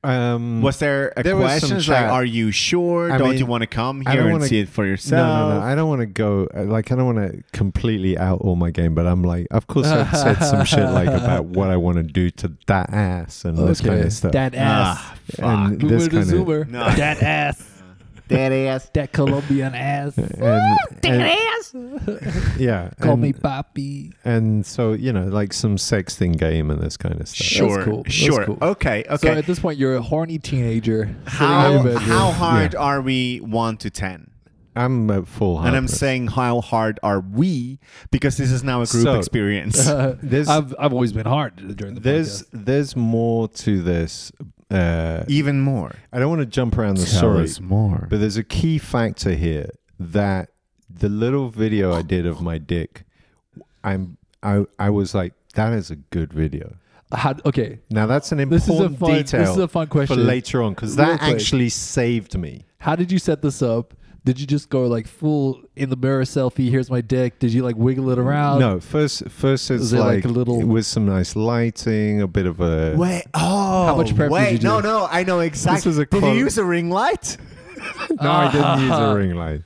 A: Um,
D: Was there a
A: There was some
D: question like,
A: chat.
D: "Are you sure?
A: I
D: don't
A: mean,
D: you want to come
A: I
D: here
A: don't
D: and
A: wanna-
D: see it for
A: No,
D: yourself?"
A: no, no. I don't want to go. uh, Like, I don't want to completely out all my game, but I'm like, of course, I've said some shit like about what I want to do to that ass and this kind
C: Okay.
A: of stuff.
E: That
D: Ah,
E: ass.
A: and
C: Boomer
A: this
C: the
A: kind of.
C: zoomer.
D: No.
E: That ass.
D: Dead ass.
E: That Colombian ass.
A: And, and- yeah.
C: Call
A: and,
C: me Papi.
A: And so, you know, like some sexting game and this kind of stuff.
D: Sure,
C: cool. That's
D: sure.
C: cool.
D: Okay,
C: So
D: okay.
C: at this point, you're a horny teenager. sitting
D: how
C: in your bedroom.
D: how hard are we one to ten?
A: I'm at full
D: And I'm
A: hardness.
D: saying how hard are we because this is now a group
A: So-
D: experience.
A: there's,
C: I've I've always been hard during the
A: there's,
C: podcast.
A: there's more to this. Uh,
D: Even more.
A: I don't want to jump around the story.
D: more.
A: But there's a key factor here that the little video I did of my dick, I'm I I was like, that is a good video.
C: How, okay,
A: Now that's an
C: This is a
A: important
C: fun- this
A: detail.
C: is a fun
A: for
C: question.
A: later on because
C: Real
A: that
C: quick.
A: actually saved me.
C: how did you set this up? Did you just go like full in the mirror selfie? Here's my dick. Did you like wiggle it around?
A: no, first first it's
C: Is it like
A: like,
C: a little-
A: with some nice lighting, a bit of a
D: Wait, oh,
C: How much prep did
D: wait,
C: you do?
D: no, no, I know exactly.
A: was a
D: did you
A: quote.
D: use a ring light?
A: no, I didn't use a ring light.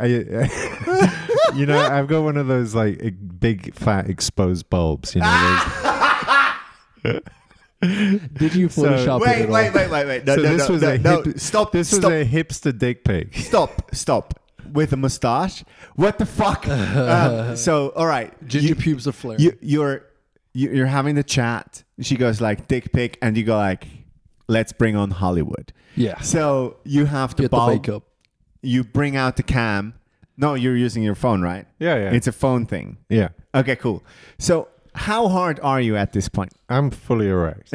A: I, you know, I've got one of those like e- big fat exposed bulbs. You know,
C: Ah!
A: those-
C: Did you Photoshop it
D: Wait,
C: at
D: wait,
C: all?
D: wait, wait, wait. No,
A: so
D: no,
A: this
D: no,
A: was
D: no,
A: a
D: no.
A: hip-
D: Stop,
A: This was
D: stop,
A: a hipster dick pic.
D: stop, stop. With a mustache? What the fuck? um, so, all right.
C: Ginger pubes are flaring.
D: You, you're you- you're having the chat. She goes like dick pic, and you go like, let's bring on Hollywood.
C: yeah.
D: So you have to
C: Get the
D: bulb.
C: makeup.
D: You bring out the cam. No, you're using your phone, right?
A: Yeah, yeah.
D: It's a phone thing.
A: Yeah,
D: Okay, cool. So, how hard are you at this point?
A: I'm fully erect,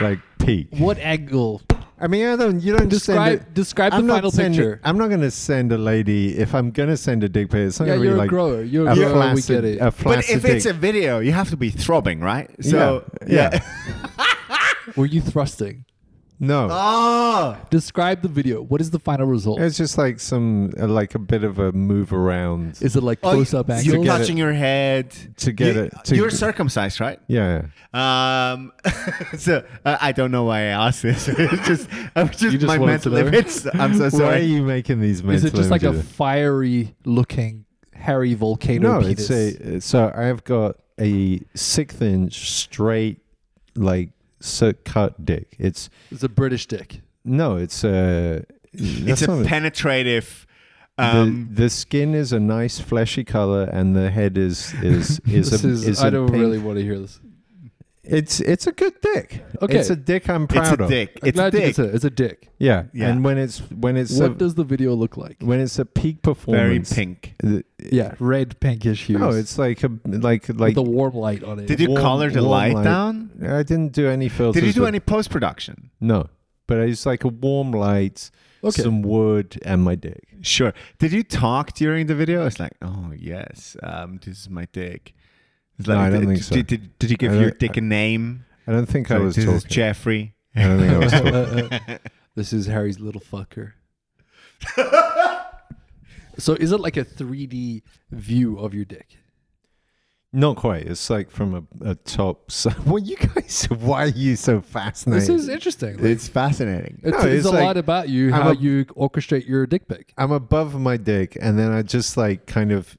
A: like peak.
C: What angle?
A: I mean, I don't. You don't
C: Describe-
A: send. A,
C: describe the
A: I'm not
C: final
A: sending-
C: picture.
A: I'm not going to send a lady if I'm going to send a dick pic. It's not
C: Yeah,
A: going to
C: you're
A: be
C: a
A: like
C: grower. You're a
A: a
C: grower. we
A: flaccid,
C: get it.
A: a
D: But
A: flaccid
D: if it's a
A: dick.
D: video, you have to be throbbing, right? So
A: yeah, yeah.
C: Were you thrusting?
A: No.
D: Oh,
C: Describe the video. What is the final result?
A: It's just like some, uh, like a bit of a move around
C: Is it like close up
A: Oh, you get
D: Oh, you're
C: angle?
A: it.
D: touching your head.
A: to get
D: you,
A: it. To,
D: you're circumcised, right?
A: yeah.
D: Um, so uh, I don't know why I asked this. it's just, I'm just,
A: You just
D: my
A: wanted to
D: mental
A: know?
D: image. I'm so
A: Why are
D: sorry.
A: you making these
C: Is
A: mental
C: it just like a
A: images?
C: fiery looking hairy
A: no,
C: volcano penis?
A: it's a. So I've got a sixth inch straight, like cir- cut dick. It's
C: It's a British dick.
A: no, it's a.
D: It's
A: that's
D: a
A: not
D: penetrative.
A: the-
D: Um,
A: the, skin is a nice fleshy color, and the head is is is
C: this
A: a,
C: is,
A: is
C: I
A: a
C: don't
A: pink-
C: really want to hear this.
A: It's it's a good dick.
C: Okay.
A: it's a dick I'm
D: it's
A: proud
D: a
A: of.
D: dick.
C: I'm
D: It's a
C: glad you
D: dick.
C: can say it. It's a dick.
A: Yeah.
D: Yeah.
A: and when it's when it's
C: what
A: a,
C: does the video look like?
A: when it's a peak
D: Very
A: performance.
D: pink.
A: pink.
C: Yeah, red pinkish hues.
A: No, it's like a like like
C: with a warm light on it.
D: Did you
A: Warm-
D: color the
A: warm
D: light,
A: light.
D: down?
A: I didn't do any filters.
D: Did you do
A: with-
D: any post production?
A: No, but it's like a warm light,
C: okay.
A: some wood, and my dick.
D: Sure. Did you talk during the video? It's like, oh yes, um, this is my dick. It's
A: No,
D: like,
A: I don't
D: did,
A: think so.
D: Did, did, did you give
A: I
D: your
A: don't-
D: dick a name?
A: I don't think I
D: Like,
A: was
D: this is
A: talking.
D: Jeffrey.
A: I don't think I was talking.
C: this is Harry's little fucker. so is it like a 3D view of your dick?
A: Not quite. It's like from a, a top. So, well, you guys, why are you so fascinated?
C: This is interesting. Like,
D: It's fascinating.
C: it
A: no,
C: says
A: it's
C: a
A: like-
C: lot about you,
A: I'm
C: how
A: a-
C: you orchestrate your dick pic.
A: I'm above my dick, and then I just like kind of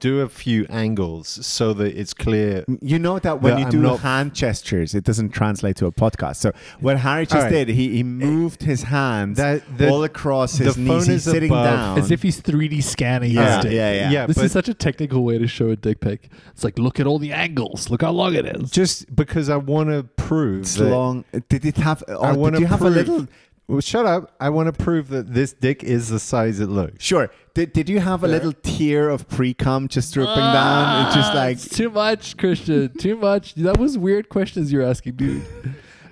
A: do a few angles so that it's clear.
D: You know that when
A: Yeah,
D: you
A: I'm
D: do
A: not-
D: hand gestures, it doesn't translate to a podcast. So what Harry just
A: All right.
D: did, he, he moved his hands
A: That- the-
D: all across his
A: the
D: knees.
A: phone
D: He's
A: is
D: sitting
A: above.
D: down.
E: As if he's 3D scanning
D: Um,
E: his
D: yeah, yeah,
E: dick.
D: Mm, yeah,
A: Yeah,
C: This
A: but
C: is such a technical way to show a dick pic. It's like, look at all the angles. Look how long it is.
A: just because I want to prove
D: It's
A: that.
D: long. Did it have?
A: I
D: Oh,
A: want
D: did you
A: to
D: have
A: prove.
D: a little?
A: Well, shut up! I want to prove that this dick is the size it looks.
D: Sure. Did, did you have a little tear of pre cum just dripping down? It's just like
C: It's too much, Christian. Too much. That was weird questions you're asking, dude.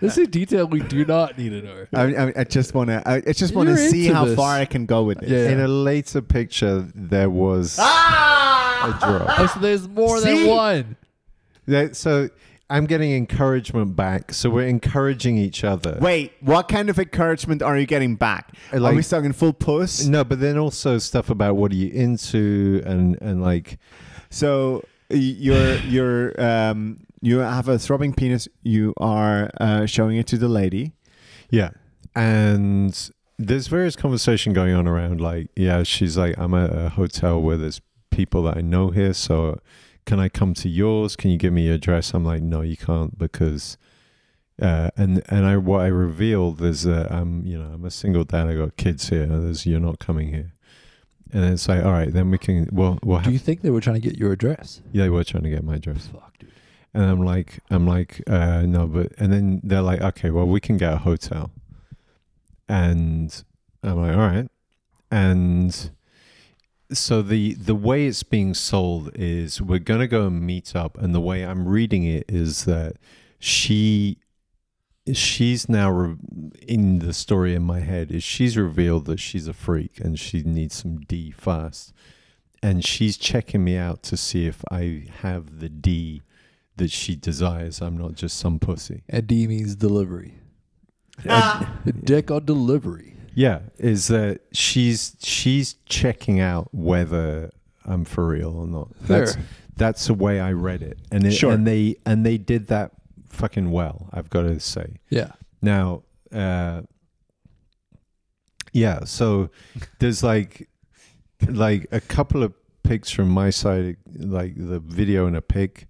C: This is detail we do not need to know.
D: I, I, I just want to. I, I just want to
C: You're
D: see
C: into
D: how
C: this.
D: far I can go with this.
C: Yeah.
A: In a later picture, there was a drop.
C: Oh, so there's more
D: See?
C: than one.
A: That- so I'm getting encouragement back. So we're encouraging each other.
D: Wait, what kind of encouragement are you getting back? are
A: Like-
D: we talking full puss?
A: No, but then also stuff about what are you into and and like
D: So y- you're you're um you have a throbbing penis. You are uh, showing it to the lady.
A: yeah. And there's various conversation going on around like yeah, she's like I'm at a hotel where there's people that I know here, so can I come to yours? Can you give me your address? I'm like no, you can't because uh, and and I what I revealed is that I'm you know I'm a single dad. I got kids here. and There's, you're not coming here. And it's like all right, then we can well we'll have
C: Do you think they were trying to get your address?
A: Yeah, they were trying to get my address.
C: Fuck, dude.
A: And I'm like, I'm like, uh, no, but, and then they're like, okay, well, we can get a hotel. And I'm like, all right. And so the, the way it's being sold is we're going to go and meet up. And the way I'm reading it is that she, she's now re- in the story in my head is she's revealed that she's a freak and she needs some D fast. And she's checking me out to see if I have the D that she desires. I'm not just some pussy.
C: And D means delivery. Dick on delivery.
A: Yeah, is that she's she's checking out whether I'm for real or not. That's
C: Fair.
A: that's the way I read it, and it,
D: Sure.
A: and they and they did that fucking well. I've got to say.
C: Yeah.
A: Now, uh, yeah, so there's like like a couple of pics from my side, like the video and a pic,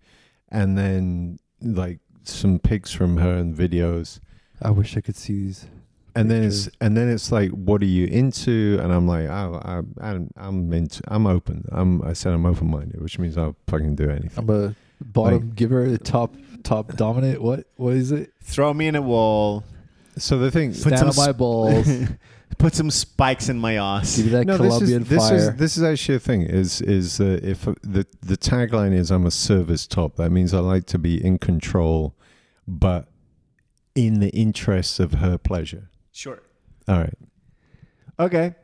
A: and then like some pics from her and videos
C: I wish I could see these.
A: and then it's
C: Pictures.
A: and then it's like what are you into and i'm like I, I, I'm, I'm into i'm open i'm i said i'm open-minded which means i'll fucking do anything
C: I'm a bottom giver, a top top dominant. What what is it?
D: Throw me in a wall.
A: so the thing
D: Put
C: Stand
D: some
C: on my
D: sp-
C: balls.
D: Put some spikes in my ass.
C: give me that
A: this
C: Colombian
A: is this
C: fire.
A: is this is actually a thing. Is is uh, if the the tagline is I'm a service top. That means I like to be in control, but in the interests of her pleasure.
D: Sure.
A: All right.
D: Okay.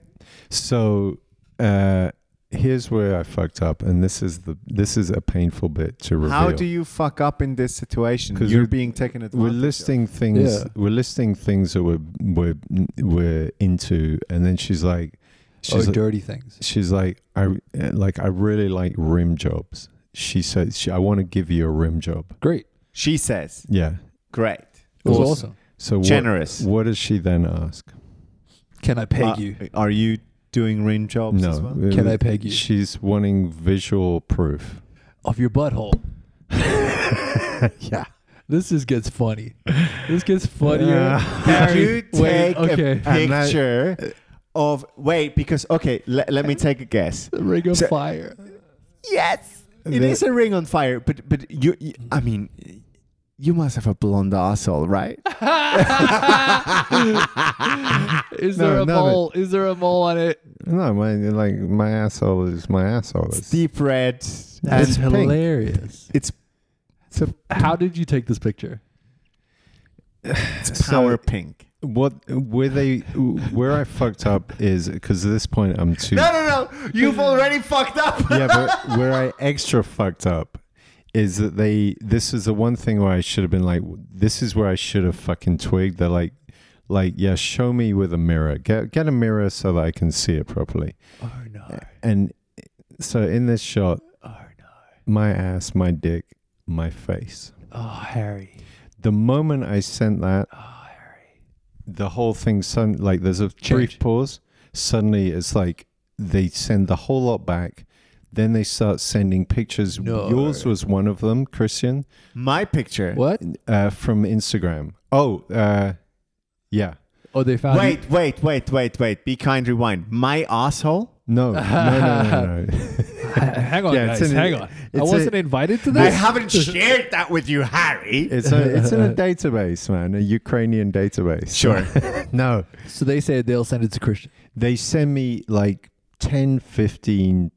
A: So uh, here's where I fucked up, and this is the this is a painful bit to reveal.
D: How do you fuck up in this situation?
A: 'Cause
D: You're
A: we're-
D: being taken advantage.
A: we're
D: of.
A: listing things
C: Yeah.
A: we're listing things that we're we're we're into and then she's like
C: or
A: she's like,
C: Oh, dirty things.
A: she's like i like i really like rim jobs she says she, i want to give you a rim job
C: Great.
D: She says,
A: yeah
D: "Great,
C: It was
A: Awesome.
C: awesome.
A: so what,
D: generous."
A: what does she then ask
C: Can I peg
D: Uh,
C: you?
D: Are you doing rim jobs as well?
A: it
C: Can
A: was-
C: I peg you?
A: she's wanting visual proof
C: Of your butthole. yeah. This just gets funny. This gets funnier.
A: Yeah.
D: Can you
C: Wait,
D: take
C: okay.
D: a
A: And that-
D: picture of wait? Because okay, le- let me take a guess.
C: The ring of
D: So-
C: fire.
D: Yes, it
A: The-
D: is a ring on fire. But but you, you- I mean, you must have a blonde asshole, right?
C: Is
A: No,
C: there a
A: no,
C: mole? Is there a mole on it?
A: no my like my asshole is my asshole
D: It's
A: it's,
D: deep red.
A: That's
D: and
A: pink.
C: hilarious.
D: It's
C: How did you take this picture?
D: it's power pink.
A: what where they where i fucked up is because at this point i'm too
D: No, no, no! You've already fucked up.
A: yeah, but where I extra fucked up is that they. This is the one thing where I should have been like, this is where I should have fucking twigged. They're like, like yeah, show me with a mirror. Get get a mirror so that I can see it properly.
C: Oh no.
A: And so in this shot,
C: Oh no.
A: my ass, my dick, my face.
C: Oh Harry.
A: The moment I sent that,
C: Oh Harry.
A: the whole thing sudden like there's a brief
C: Change.
A: pause. Suddenly, it's like they send the whole lot back. Then they start sending pictures.
C: No.
A: Yours was one of them, Christian.
D: My picture.
C: What?
A: uh, from Instagram. Oh, uh, yeah.
C: Oh, they found. you-
D: Wait, wait, wait, wait, wait. Be kind, rewind. My asshole?
A: No, no, no, no, no.
C: hang on,
A: Yeah, it's
C: guys.
A: in-
C: hang on. I
A: it's
C: wasn't
A: a-
C: invited to
D: I
C: this.
D: haven't shared that with you, Harry.
A: It's a, it's in a database, man, a Ukrainian database.
D: Sure.
A: No,
C: so they said they'll send it to Christian.
A: they send me like 10, 15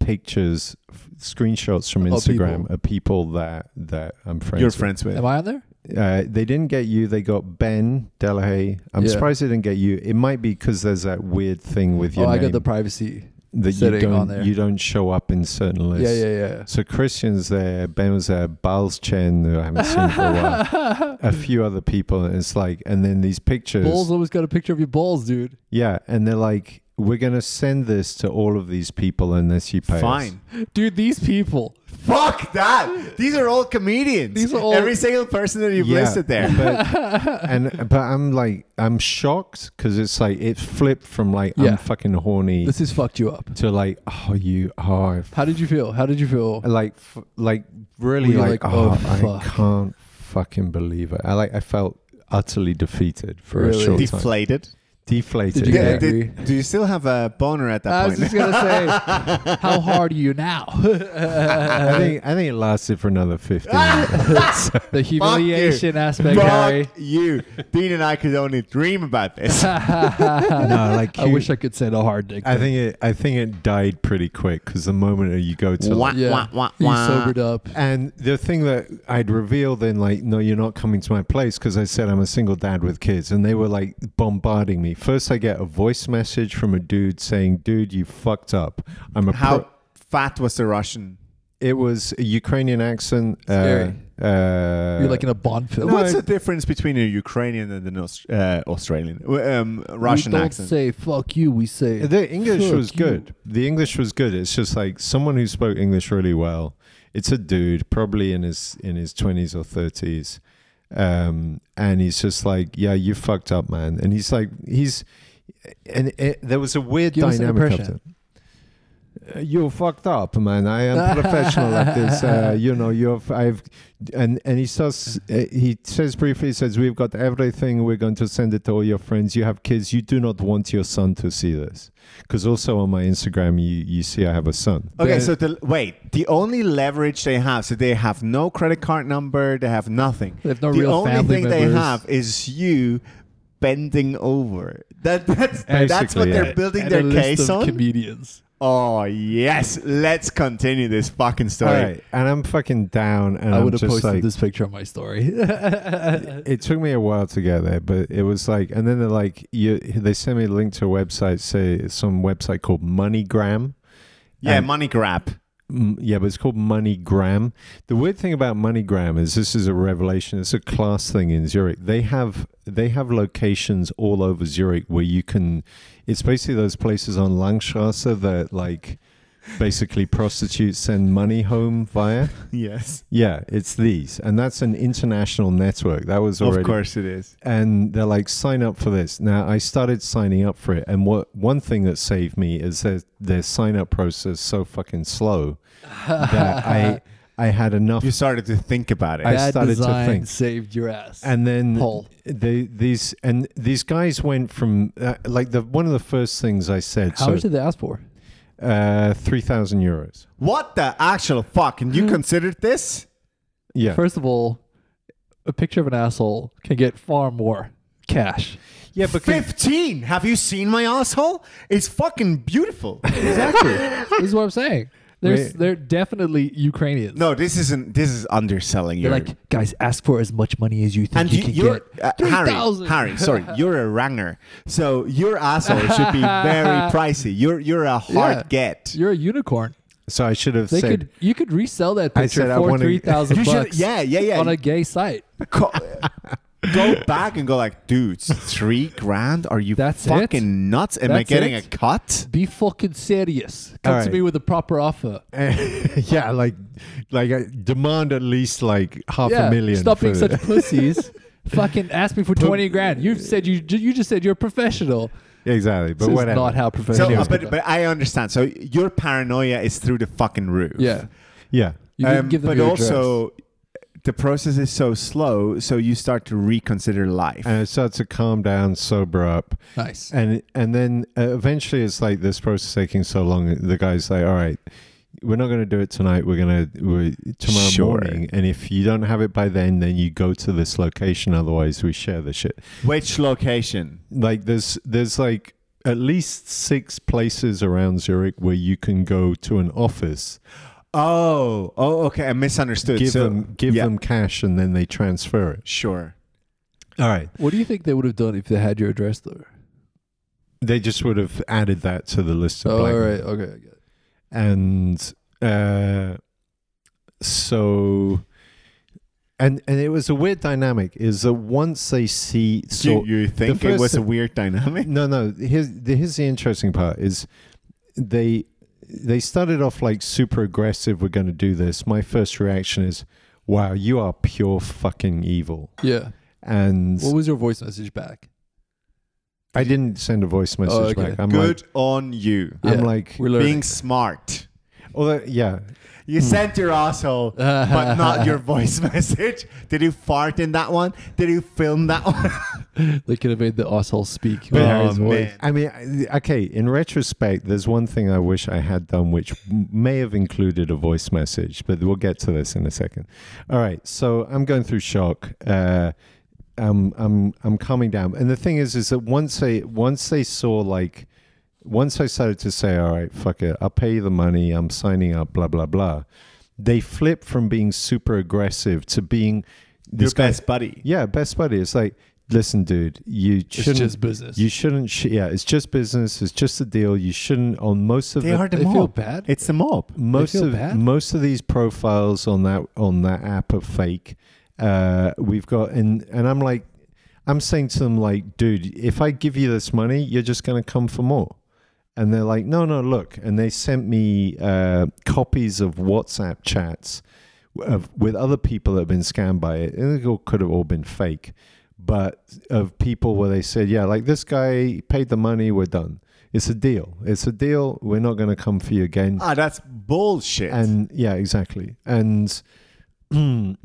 A: pictures, f- screenshots from
C: Of
A: Instagram
C: people.
A: of people that that I'm friends.
D: You're
A: with.
D: friends with.
C: Am I on there?
A: Uh, they didn't get you. They got Ben Delahaye. I'm
C: Yeah.
A: surprised they didn't get you. It might be because there's that weird thing with
C: Oh,
A: your
C: I
A: name
C: got the privacy.
A: that you
C: setting
A: don't
C: on there.
A: you don't show up in certain lists.
C: Yeah, yeah,
A: So Christian's there, Ben was there, Bals Chen, who I haven't seen for a while,
C: yeah.
A: a few other people. And it's like, and then these pictures.
C: balls always got a picture of your balls, dude.
A: Yeah. And they're like, we're going to send this to all of these people unless you pay. us."
D: Fine.
C: Dude, these people.
D: Fuck that. These are all comedians.
C: These are all-
D: Every single person that you've
A: Yeah,
D: listed there.
A: But, and, but I'm like, I'm shocked because it's like, it flipped from like,
C: Yeah.
A: I'm fucking horny
C: This has fucked you up.
A: to like, oh, you are.
C: How did you feel? How did you feel?
A: like, f- like really
C: Were you
A: like,
C: like,
A: oh,
C: "Oh,
A: I
C: fuck."
A: can't fucking believe it. I like, I felt utterly defeated for
C: Really?
A: a short time.
D: Deflated.
A: deflated.
C: Did you
A: yeah.
C: get angry?
D: do you still have a boner at that
C: I was
D: point?
C: just gonna say, how hard are you now?
A: I think I think it lasted for another fifteen. minutes.
C: the humiliation aspect, Harry.
D: Fuck you. Dean and I could only dream about this.
A: no, like
C: I
A: you-
C: wish I could send a hard dick.
A: I
C: pic.
A: think it. I think it died pretty quick because the moment that you go to.
D: Wha-
A: like-
C: yeah,
D: Wah, wah,
C: you
D: wah.
C: sobered up.
A: and the thing that I'd reveal then, like, no, you're not coming to my place because I said I'm a single dad with kids, and they were like bombarding me. First, I get a voice message from a dude saying, "Dude, you fucked up. I'm a
D: How
A: pro-"
D: fat was the Russian?
A: It was a Ukrainian accent. Uh,
C: Scary.
A: uh,
C: You're like in a Bond film.
D: What's the difference between a Ukrainian and an Aust- uh, Australian? W- Um, Russian
C: we don't
D: accent.
C: say "fuck you." We say
A: The English
C: Fuck
A: was
C: you.
A: good. The English was good. It's just like someone who spoke English really well. It's a dude, probably in his in his twenties or thirties, um, and he's just like, "Yeah, you fucked up, man." And he's like, he's, and it, there was a weird
C: Give us an
A: dynamic of
C: impression.
A: it. You fucked up, man. I am professional at this. Uh, you know, you've, I've, and and he says, uh, he says briefly, he says, "We've got everything. We're going to send it to all your friends. You have kids. You do not want your son to see this." because also on my Instagram, you you see I have a son.
D: Okay,
C: But-
D: so the, wait, the only leverage they have, so they have no credit card number, they have nothing.
C: They have no
D: the
C: real
D: only
C: family
D: thing they
C: members.
D: have is you bending over. That, that's, that's
A: Basically,
D: what they're
A: yeah.
D: building
C: and a
D: their
C: list
D: case
C: of
D: on.
C: Comedians.
D: oh, yes. Let's continue this fucking story.
A: All right, and I'm fucking down, and
C: I
A: I
C: would
A: am
C: have
A: just
C: posted
A: like,
C: this picture on my story.
A: it took me a while to get there, but it was like, and then they're like, you, they sent me a link to a website, say some website called MoneyGram.
D: Yeah,
A: And-
D: money grab.
A: Mm, yeah, but it's called MoneyGram. The weird thing about MoneyGram is this is a revelation. It's a class thing in Zurich. They have they have locations all over Zurich where you can. It's basically those places on Langstrasse that like basically prostitutes send money home via.
D: Yes.
A: Yeah, it's these, and that's an international network. That was already
D: Of course it is.
A: and they're like sign up for this now i started signing up for it and what one thing that saved me is their their sign up process is so fucking slow that i i had enough
D: You started to think about it.
A: I
C: Bad
A: started to
C: design
A: think.
C: saved your ass.
A: and then
C: Paul.
A: they these and these guys went from uh, like the one of the first things i said
C: how much
A: so
C: did they ask for?
A: uh 3000 euros
D: what the actual fuck? And
C: Hmm.
D: you considered this?
A: yeah
C: First of all, a picture of an asshole can get far more cash.
A: yeah because
D: 15. Have you seen my asshole? It's fucking beautiful.
C: Exactly. this is what I'm saying. There's,
A: Wait.
C: they're definitely Ukrainians.
D: no, this isn't this is underselling
C: They're
D: your
C: like, guys, ask for as much money as you think
D: and
C: you,
D: you,
C: can
D: you're
C: get.
D: uh, Harry.
C: 3,000.
D: Harry, sorry, you're a ranger, so your asshole should be very pricey. You're you're a hard
C: Yeah.
D: get.
C: You're a unicorn.
A: so i should have
C: They
A: said
C: could you could resell that
A: I
C: picture
A: said I
C: for
A: wanna-
C: three thousand
D: You should-
C: bucks.
D: yeah, yeah, yeah.
C: On a gay site.
D: Co- go back and go like, dude, three grand? Are you
C: That's it?
D: fucking nuts? Am I
C: That's
D: getting
C: it?
D: a cut?
C: Be fucking serious. Come
A: All
C: to
A: right.
C: me with a proper offer.
A: yeah like like I demand at least like half
C: yeah.
A: a million
C: Stop being
A: for-
C: such pussies. fucking ask me for twenty grand. You said you you just said you're a professional.
A: exactly but
C: this
A: whatever
C: is not how
D: So,
C: professionals.
D: uh,
C: do
D: but
C: that.
D: but I understand. So your paranoia is through the fucking roof.
C: yeah,
A: yeah
C: you didn't
D: Um,
C: give them
D: but
C: your
D: also, the process is so slow, so you start to reconsider life.
C: Uh,
A: and it starts to calm down, sober up,
C: address. nice.
A: and and then uh, eventually it's like this process taking so long. The guy's like, "All right, we're not going to do it tonight. We're gonna we're, tomorrow
D: Sure.
A: morning, and if you don't have it by then, then you go to this location. Otherwise, we share the shit."
D: Which location?
A: Like there's there's like at least six places around Zurich where you can go to an office,
D: Oh, oh, okay. I misunderstood.
A: give
D: So-
A: them give
D: yeah,
A: them cash, and then they transfer it.
D: Sure.
A: All right,
C: What do you think they would have done if they had your address though?
A: they just would have added that to the list of
C: Oh, all
A: blackmail.
C: right, okay, I get it.
A: and uh, so and and it was a weird dynamic is that once they see so
D: you, you think it
A: first
D: was a
A: thing-
D: weird dynamic?
A: no no here's the, here's the interesting part is they they started off like super aggressive we're going to do this my first reaction is wow you are pure fucking evil
C: Yeah.
A: and
C: What was your voice message back?
A: i didn't send a voice message
C: okay.
A: back i'm
D: Good
A: like
D: on you.
A: i'm
C: Yeah.
A: like
C: We're
D: Being
C: learning.
D: smart.
A: although, yeah
D: You
A: Hmm.
D: sent your asshole, but not your voice message. Did you fart in that one? Did you film that one?
C: They could have made the asshole speak.
D: But-
C: with Harry's
D: Oh,
C: voice.
D: man.
A: I mean, I- okay, in retrospect, there's one thing I wish I had done, which m- may have included a voice message, but we'll get to this in a second. All right, so I'm going through shock. Uh, I'm, I'm, I'm calming down. And the thing is, is that once they, once they saw like, once I started to say, all right, fuck it, I'll pay you the money, I'm signing up, blah, blah, blah, they flip from being super aggressive to being
D: your
A: this guy-
D: best buddy.
A: yeah, best buddy. It's like, listen, dude, you
C: It's
A: shouldn't.
C: just business.
A: You shouldn't. Sh- yeah, it's just business. It's just a deal. You shouldn't on most of
D: They
A: the
D: are the
C: They
D: mob.
C: feel bad?
D: It's the mob.
A: most
C: feel
A: of
C: bad?
A: most of these profiles on that on that app are fake. Uh, we've got and and I'm like, I'm saying to them like, dude, if I give you this money, you're just gonna come for more. And they're like, no, no, look. And they sent me uh, copies of WhatsApp chats of, with other people that have been scammed by it. And it all- could have all been fake, but of people where they said, yeah, like this guy paid the money, we're done. It's a deal. It's a deal. We're not going to come for you again
D: Ah, that's bullshit.
A: and yeah exactly and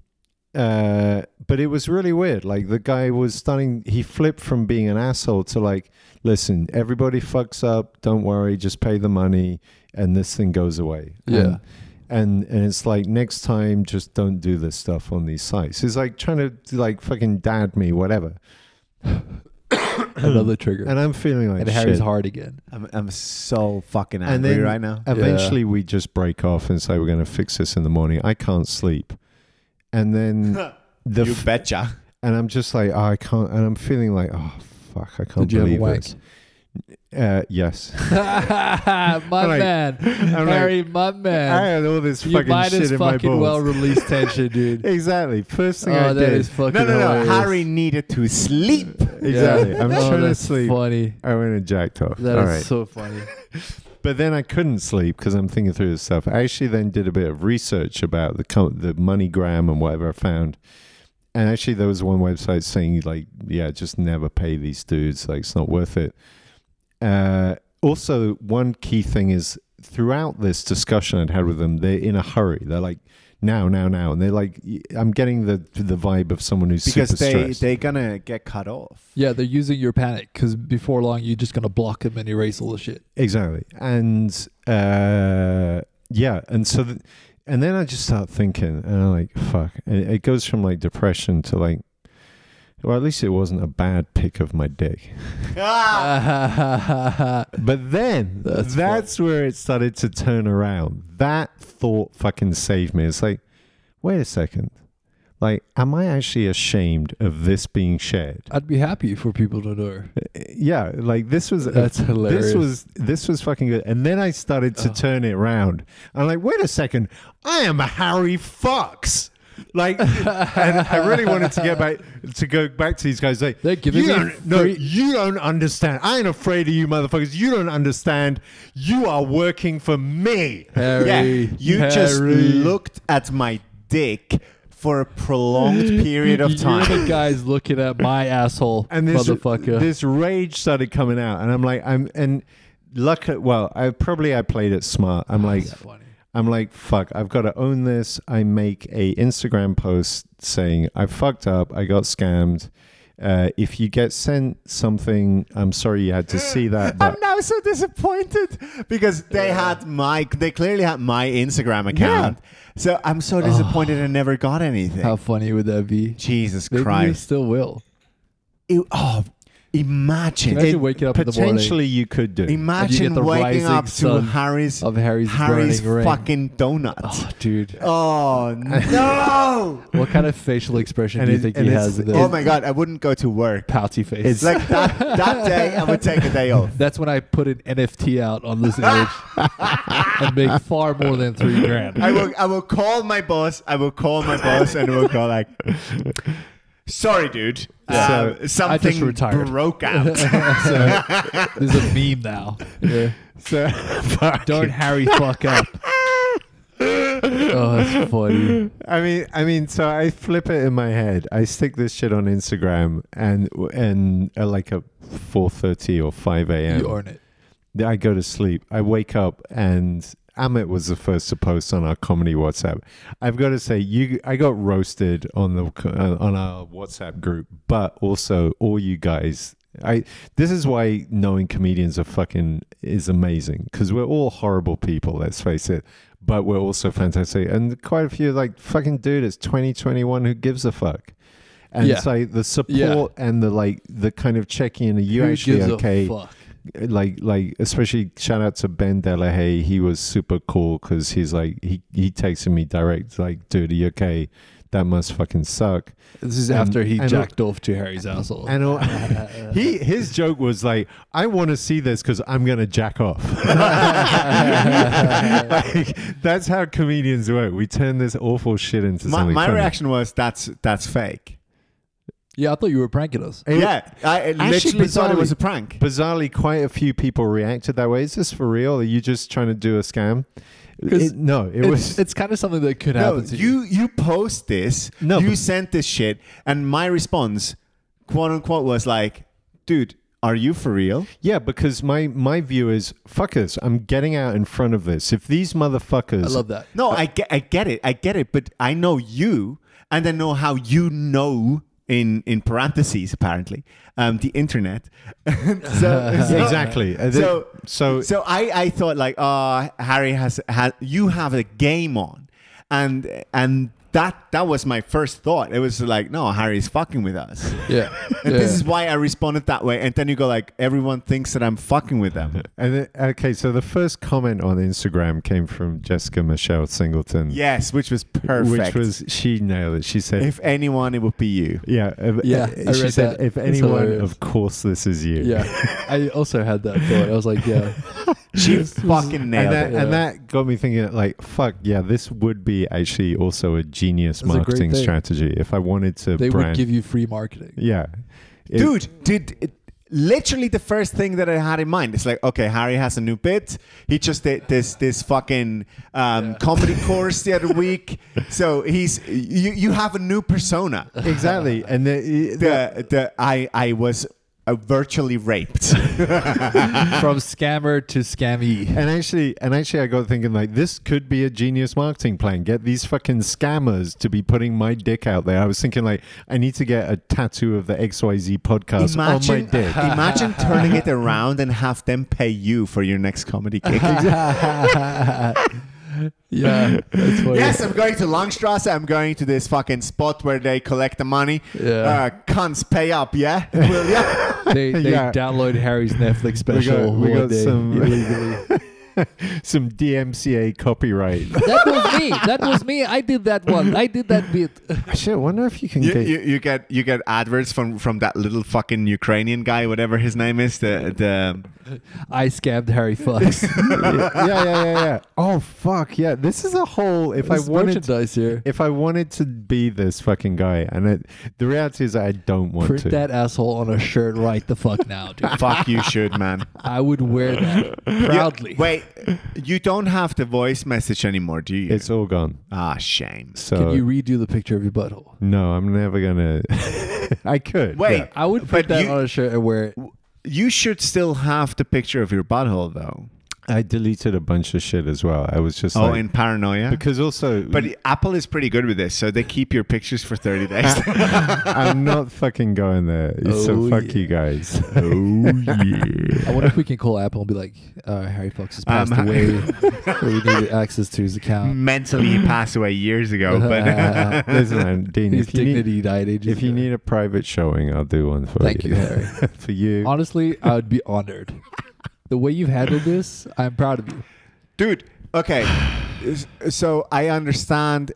A: uh but it was really weird like the guy was starting he flipped from being an asshole to like listen everybody fucks up don't worry just pay the money and this thing goes away
C: Yeah.
A: and and, and it's like next time just don't do this stuff on these sites it's like trying to like fucking dad me whatever
C: Another trigger.
A: and i'm feeling like
C: and Harry's
A: shit.
C: hard again.
D: I'm, I'm so fucking
A: And
D: angry
A: then-
D: right now.
A: Eventually, we just break off and say we're going to fix this in the morning. I can't sleep, and then the
D: you
A: f-
D: betcha.
A: and I'm just like oh, I can't, and I'm feeling like oh fuck, I can't
C: Did you have a
A: believe
C: wank?
A: this. Uh, yes.
C: my
A: like-
C: man,
A: I'm like,
C: Harry, my
A: I
C: man.
A: had all this
C: you
A: fucking
C: might
A: shit
C: as
A: in my
C: fucking
A: balls.
C: well release tension, dude.
A: exactly. First thing I
C: oh, that
A: did.
C: is fucking
D: No, no, no.
C: hilarious.
D: Harry needed to sleep.
A: Exactly. I'm
C: oh,
A: trying to
C: that's
A: sleep.
C: Funny.
A: I went and jacked off.
C: That is
A: all right.
C: so funny.
A: But then I couldn't sleep because I'm thinking through this stuff. I actually then did a bit of research about the com- the MoneyGram and whatever I found. And actually, there was one website saying like, yeah, just never pay these dudes. Like, it's not worth it. Uh, also, one key thing is throughout this discussion I'd had with them, they're in a hurry. They're like, now, now, now, and they're like, I'm getting the the vibe of someone who's
D: Because
A: super
D: they,
A: stressed.
D: they're going to get cut off.
C: Yeah, they're using your panic because before long you're just gonna block him and erase all the shit.
A: Exactly. And uh, yeah, and so, th- and then I just start thinking, and I'm like, fuck. And it- it goes from like depression to like, well, at least it wasn't a bad pick of my dick.
D: Ah!
A: Ah. But then
C: That's
A: that's, where it started to turn around. That thought fucking saved me. It's like, wait a second. Like, am I actually ashamed of this being shared?
C: I'd be happy for people to know.
A: Yeah, like this was a
C: That's hilarious.
A: This was this was fucking good. And then I started to
C: Oh.
A: turn it around. I'm like, wait a second, I am a Harry Fox. Like, and I really wanted to get back to go back to these guys. Like,
C: They're giving
A: you
C: me
A: don't, no,
C: free-
A: you don't understand. I ain't afraid of you, motherfuckers. You don't understand. You are working for me.
D: Yeah.
C: Harry,
D: You just
C: Harry.
D: looked at my dick for a prolonged period of
C: You're
D: time.
C: the guys looking at my asshole,
A: and this
C: motherfucker.
A: this rage started coming out, and I'm like, I'm and luck. Well, I probably I played it smart. I'm like,
C: That's funny.
A: I'm like, fuck, I've got to own this. I make a Instagram post saying I fucked up, I got scammed. Uh, if you get sent something, I'm sorry you had to see that. But
D: I'm now so disappointed because they had my they clearly had my Instagram account. So I'm so disappointed I never got anything.
C: Oh. How funny would that be?
D: Jesus
C: Maybe you
D: Christ.
C: still will.
D: It- oh, imagine.
C: Imagine waking up in the eh?" morning
A: potentially you could do.
C: And you get
D: imagine
C: the
D: waking
C: rising
D: up to
C: sun
D: Harry's
C: of Harry's,
D: Harry's
C: burning ring.
D: fucking donuts.
C: Oh, dude.
D: Oh, no!
C: What kind of facial expression
A: And
C: do you
A: it-
C: think
A: and
C: he
A: it's-
C: has? in this?
D: oh my god, I wouldn't go to work.
C: pouty face.
D: It's like that, that day I would take a day off.
C: That's when I put an NFT out on this image and make far more than three grand.
D: I will I will call my boss. I will call my boss and we'll go like Sorry dude.
A: Yeah.
D: Um,
C: I just
D: something
C: retired.
D: broke out.
C: so, there's a meme now. Yeah.
A: So, fuck.
C: Don't Harry fuck up. oh, that's funny.
A: I mean, I mean, so I flip it in my head. I stick this shit on Instagram, and and at like a four thirty or five a.m.
C: You earn it.
A: Then I go to sleep. I wake up and Amit was the first to post on our comedy WhatsApp. I've got to say, you, I got roasted on the uh, on our WhatsApp group, but also all you guys. I this is why knowing comedians are fucking is amazing because we're all horrible people. Let's face it, but we're also fantastic, and quite a few like fucking dude. It's twenty twenty one. Who gives a fuck? And
C: Yeah.
A: so the support and the like, the kind of checking in. Are you
C: Who
A: actually
C: gives
A: okay?
C: a fuck?
A: like like especially shout out to Ben Delahaye. He was super cool because he's like he he texted me direct like, dude, are you okay? That must fucking suck.
C: This is
A: And-
C: after he
A: and-
C: jacked off to Harry's asshole.
A: And all- he his joke was like, I want to see this because I'm gonna jack off. like, that's how comedians work. We turn this awful shit into
D: my
A: something.
D: my
A: funny.
D: reaction was that's that's fake.
C: yeah, I thought you were pranking us.
A: It-
D: yeah, I I literally thought it
A: bizarrely-
D: was a prank.
A: Bizarrely, quite a few people reacted that way. Is this for real? Are you just trying to do a scam?
C: 'Cause
A: It- no, it
C: it's,
A: was.
C: it's kind of something that could
D: No,
C: happen to you.
D: you you post this.
A: No,
D: you
A: but-
D: sent this shit, and my response, quote unquote, was like, "Dude, are you for real?"
A: Yeah, because my my view is fuckers. I'm getting out in front of this. If these motherfuckers,
C: I love that.
D: No,
A: Uh,
D: I get, I get it, I get it, but I know you, and I know how you know. In, in parentheses, apparently, um, the internet. so, so-
A: exactly. Uh, th-
D: So,
A: so
D: so I, "Ah, I thought like, oh, Harry has, has you have a game on, and and that that was my first thought. It was like, no, Harry's fucking with us.
C: Yeah.
D: And
C: yeah.
D: this is why I responded that way. And then you go like, everyone thinks that I'm fucking with them.
A: And it- okay, so the first comment on Instagram came from Jessica Michelle Singleton.
D: Yes, which was perfect.
A: Which was she nailed it. She said,
D: if anyone, it would be you.
A: "Yeah, if,
C: Yeah, I
A: She
C: read
A: said,
C: that.
A: "If
C: It's
A: anyone,
C: hilarious.
A: of course, this is you."
C: yeah. I also had that thought. I was like, yeah.
D: She fucking
A: And
D: nailed
A: that,
D: it.
A: and
C: Yeah.
A: that got me thinking, like, fuck, yeah, this would be actually also a genius
C: It's a great
A: marketing
C: thing.
A: strategy if I wanted to
C: They
A: brand.
C: would give you free marketing.
A: yeah, It-
D: Dude, did it, literally the first thing that I had in mind. It's like, okay, Harry has a new bit. He just did this this fucking um,
C: Yeah.
D: comedy course the other week. So he's you you have a new persona.
A: exactly. And the,
D: The the I I was uh, virtually raped.
C: From scammer to scammy.
A: And actually, and actually, I got thinking like this could be a genius marketing plan. Get these fucking scammers to be putting my dick out there. I was thinking like I need to get a tattoo of the XYZ podcast on
D: imagine,
A: oh my dick.
D: imagine turning it around and have them pay you for your next comedy gig.
C: Yeah. That's
A: Oh,
C: funny.
D: yes, I'm going to Langstrasse. I'm going to this fucking spot where they collect the money.
C: Yeah.
D: Uh, cunts, pay up, yeah? Will ya?
C: They, they
A: Yeah.
C: download Harry's Netflix special
A: we got
C: one day
A: some-
C: illegally.
A: Some DMCA copyright.
C: that was me. That was me. I did that one. I did that bit.
A: Shit, I wonder if you can
D: You,
A: get.
D: you, you get you get adverts from, from that little fucking Ukrainian guy, whatever his name is. The the
C: I scammed Harry Fox.
A: yeah, yeah, yeah, yeah, yeah. Oh fuck, yeah. This is a whole. If
C: There's
A: I wanted,
C: merchandise here.
A: if I wanted to be this fucking guy, and it, the reality is I don't want
C: Print
A: to.
C: that asshole on a shirt right the fuck now, dude.
D: fuck you should man.
C: I would wear that proudly.
D: You- wait, you don't have the voice message anymore, do you?
A: It's all gone.
D: ah shame.
A: So
C: Can you redo the picture of your butthole?
A: no, I'm never gonna. I could.
D: Wait,
A: yeah.
C: I would
D: But
C: put that
D: you-
C: on a shirt and wear it.
D: You should still have the picture of your butthole though.
A: I deleted a bunch of shit as well. I was just
D: Oh,
A: like,
D: in paranoia.
A: because also,
D: But Apple is pretty good with this, so they keep your pictures for 30 days.
A: I'm not fucking going there. so
C: Oh,
A: fuck
C: yeah.
A: you guys. Oh yeah.
C: I wonder if we can call Apple and be like, uh, Harry Fox has
D: Um,
C: passed away. we need access to his account.
D: Mentally, he passed away years ago, but
A: Listen, man, Dean,
C: his
A: if you,
C: dignity
A: need,
C: died ages
A: if you
C: ago.
A: need a private showing, I'll do one for
C: Thank
A: you.
C: you, Harry.
A: for you.
C: Honestly, I would be honored. The way you've handled this, I'm proud of you.
D: dude, okay. S- So I understand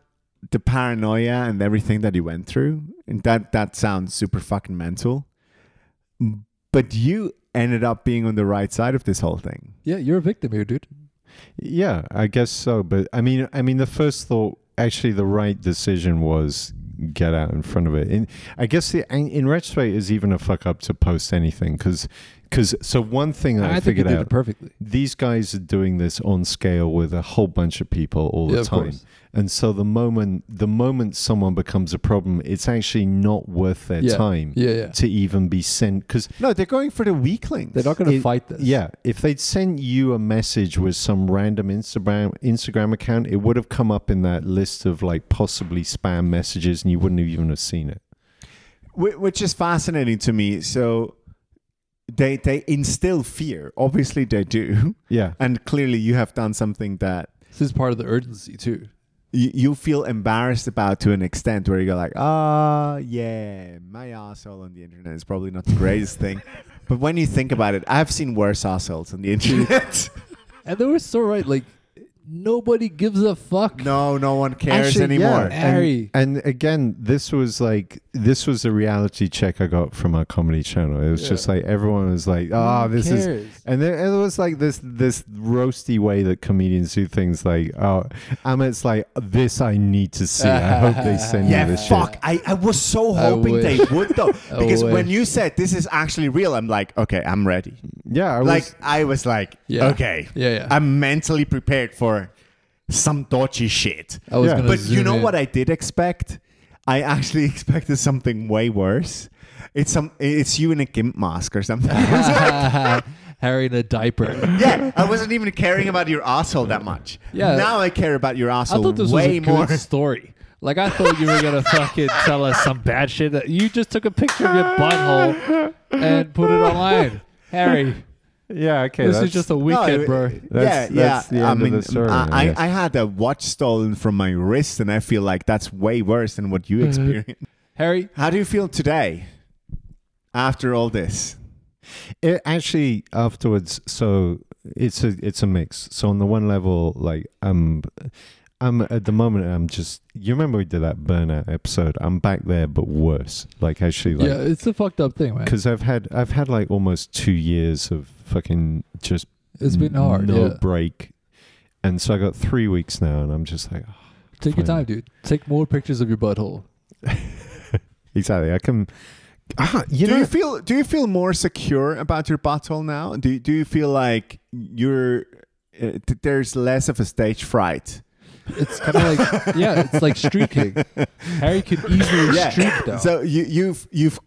D: the paranoia and everything that he went through, and that that sounds super fucking mental. But you ended up being on the right side of this whole thing.
C: Yeah, you're a victim here, dude.
A: Yeah, I guess so. But I mean, I mean, the first thought, actually, the right decision was get out in front of it. And I guess the, in, in retrospect, is even a fuck up to post anything because, so one thing that I,
C: I think you
A: figured
C: did
A: out.
C: it perfectly.
A: these guys are doing this on scale with a whole bunch of people all
C: Yeah,
A: the
C: of
A: time.
C: course.
A: And so the moment the moment someone becomes a problem, it's actually not worth their
C: Yeah.
A: time
C: Yeah, yeah.
A: to even be sent cuz
D: No, they're going for the weaklings.
C: They're not going to
A: it-
C: fight this.
A: yeah, if they'd sent you a message with some random Instagram Instagram account, it would have come up in that list of like possibly spam messages and you wouldn't have even have seen it.
D: Wh- which is fascinating to me. So they they instill fear. Obviously, they do,
A: Yeah.
D: and clearly, you have done something that
C: This is part of the urgency, too.
D: you, you feel embarrassed about to an extent where you go like, ah, yeah, my asshole on the internet is probably not the greatest thing. But when you think about it, I've seen worse assholes on the internet.
C: And they were so right. Like, nobody gives a fuck.
D: no, no one cares
A: Actually, yeah,
D: anymore.
A: and-
C: Harry.
A: And, again, this was like this was a reality check I got from our comedy channel. It was
C: Yeah.
A: just like everyone was like, "Ah, this is," and then and it was like this this roasty way that comedians do things. Like, oh, Amit's like, "This I need to see. I hope they send
D: Yeah,
A: me this shit."
D: fuck. I, I was so hoping they
C: wish.
D: would though,
C: I
D: because when
C: wish.
D: you said this is actually real, I'm like, okay, I'm ready.
A: Yeah, I
D: like
A: was,
D: I was like,
C: Yeah.
D: okay,
C: Yeah, yeah.
D: I'm mentally prepared for some dodgy shit.
C: I was
A: Yeah.
C: gonna
D: But you
C: zoom
D: know
C: in.
D: what I did expect? I actually expected something way worse. It's some. It's you in a gimp mask or something.
C: Harry in a diaper.
D: yeah, I wasn't even caring about your asshole that much.
C: Yeah.
D: Now I care about your
E: I
D: asshole
E: thought this
D: way
E: was a
D: more.
E: good story. Like I thought you were gonna fucking tell us some bad shit. That you just took a picture of your butthole and put it online, Harry.
A: Yeah, okay.
E: this
A: that's-
E: is just a weekend,
D: it-
E: bro.
A: That's-
D: yeah,
A: that's
D: yeah.
A: the
D: I
A: end of
D: mean,
A: the story, I
D: I,
A: guess.
D: I, had a watch stolen from my wrist, and I feel like that's way worse than what you
E: Uh,
D: experienced.
E: Harry,
D: How do you feel today after all this?
A: it actually afterwards so it's a it's a mix so on the one level like i'm i'm at the moment i'm just you remember we did that burnout episode i'm back there but worse like actually like
C: yeah, it's a fucked up thing, man.
A: because i've had i've had like almost two years of fucking just
C: It's been hard.
A: no
C: yeah.
A: break and so i got three weeks now and i'm just like "Oh,
C: Take your
A: fine.
C: time, dude. Take more pictures of your butthole.
A: exactly i can ah, you
D: do
A: know
D: you feel do you feel more secure about your butthole now? Do do you feel like you're uh, th- there's less of a stage fright?
C: It's kind of like yeah, it's like streaking.
E: Harry could easily streak though.
D: So you, you've you've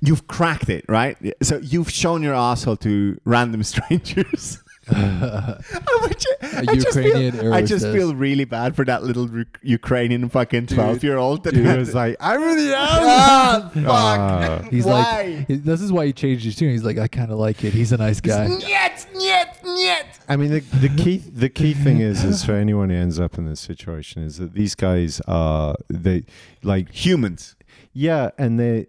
D: you've cracked it, right? So you've shown your asshole to random strangers. I would ju- I just feel-
C: Ukrainian
D: I
C: error
D: just
C: says-
D: feel really bad for that little Ru- Ukrainian fucking
C: Dude.
D: twelve year old that
A: He
D: had
A: was
D: to-
A: like
D: I'm really out. fuck.
A: ah.
C: He's
D: Why?
C: like, he- this is why he changed his tune. He's like, I kind of like it. He's a nice guy.
D: Niet, niet, niet.
A: I mean, the, the key the key thing is is for anyone who ends up in this situation is that these guys are they like
D: Humans.
A: yeah, and they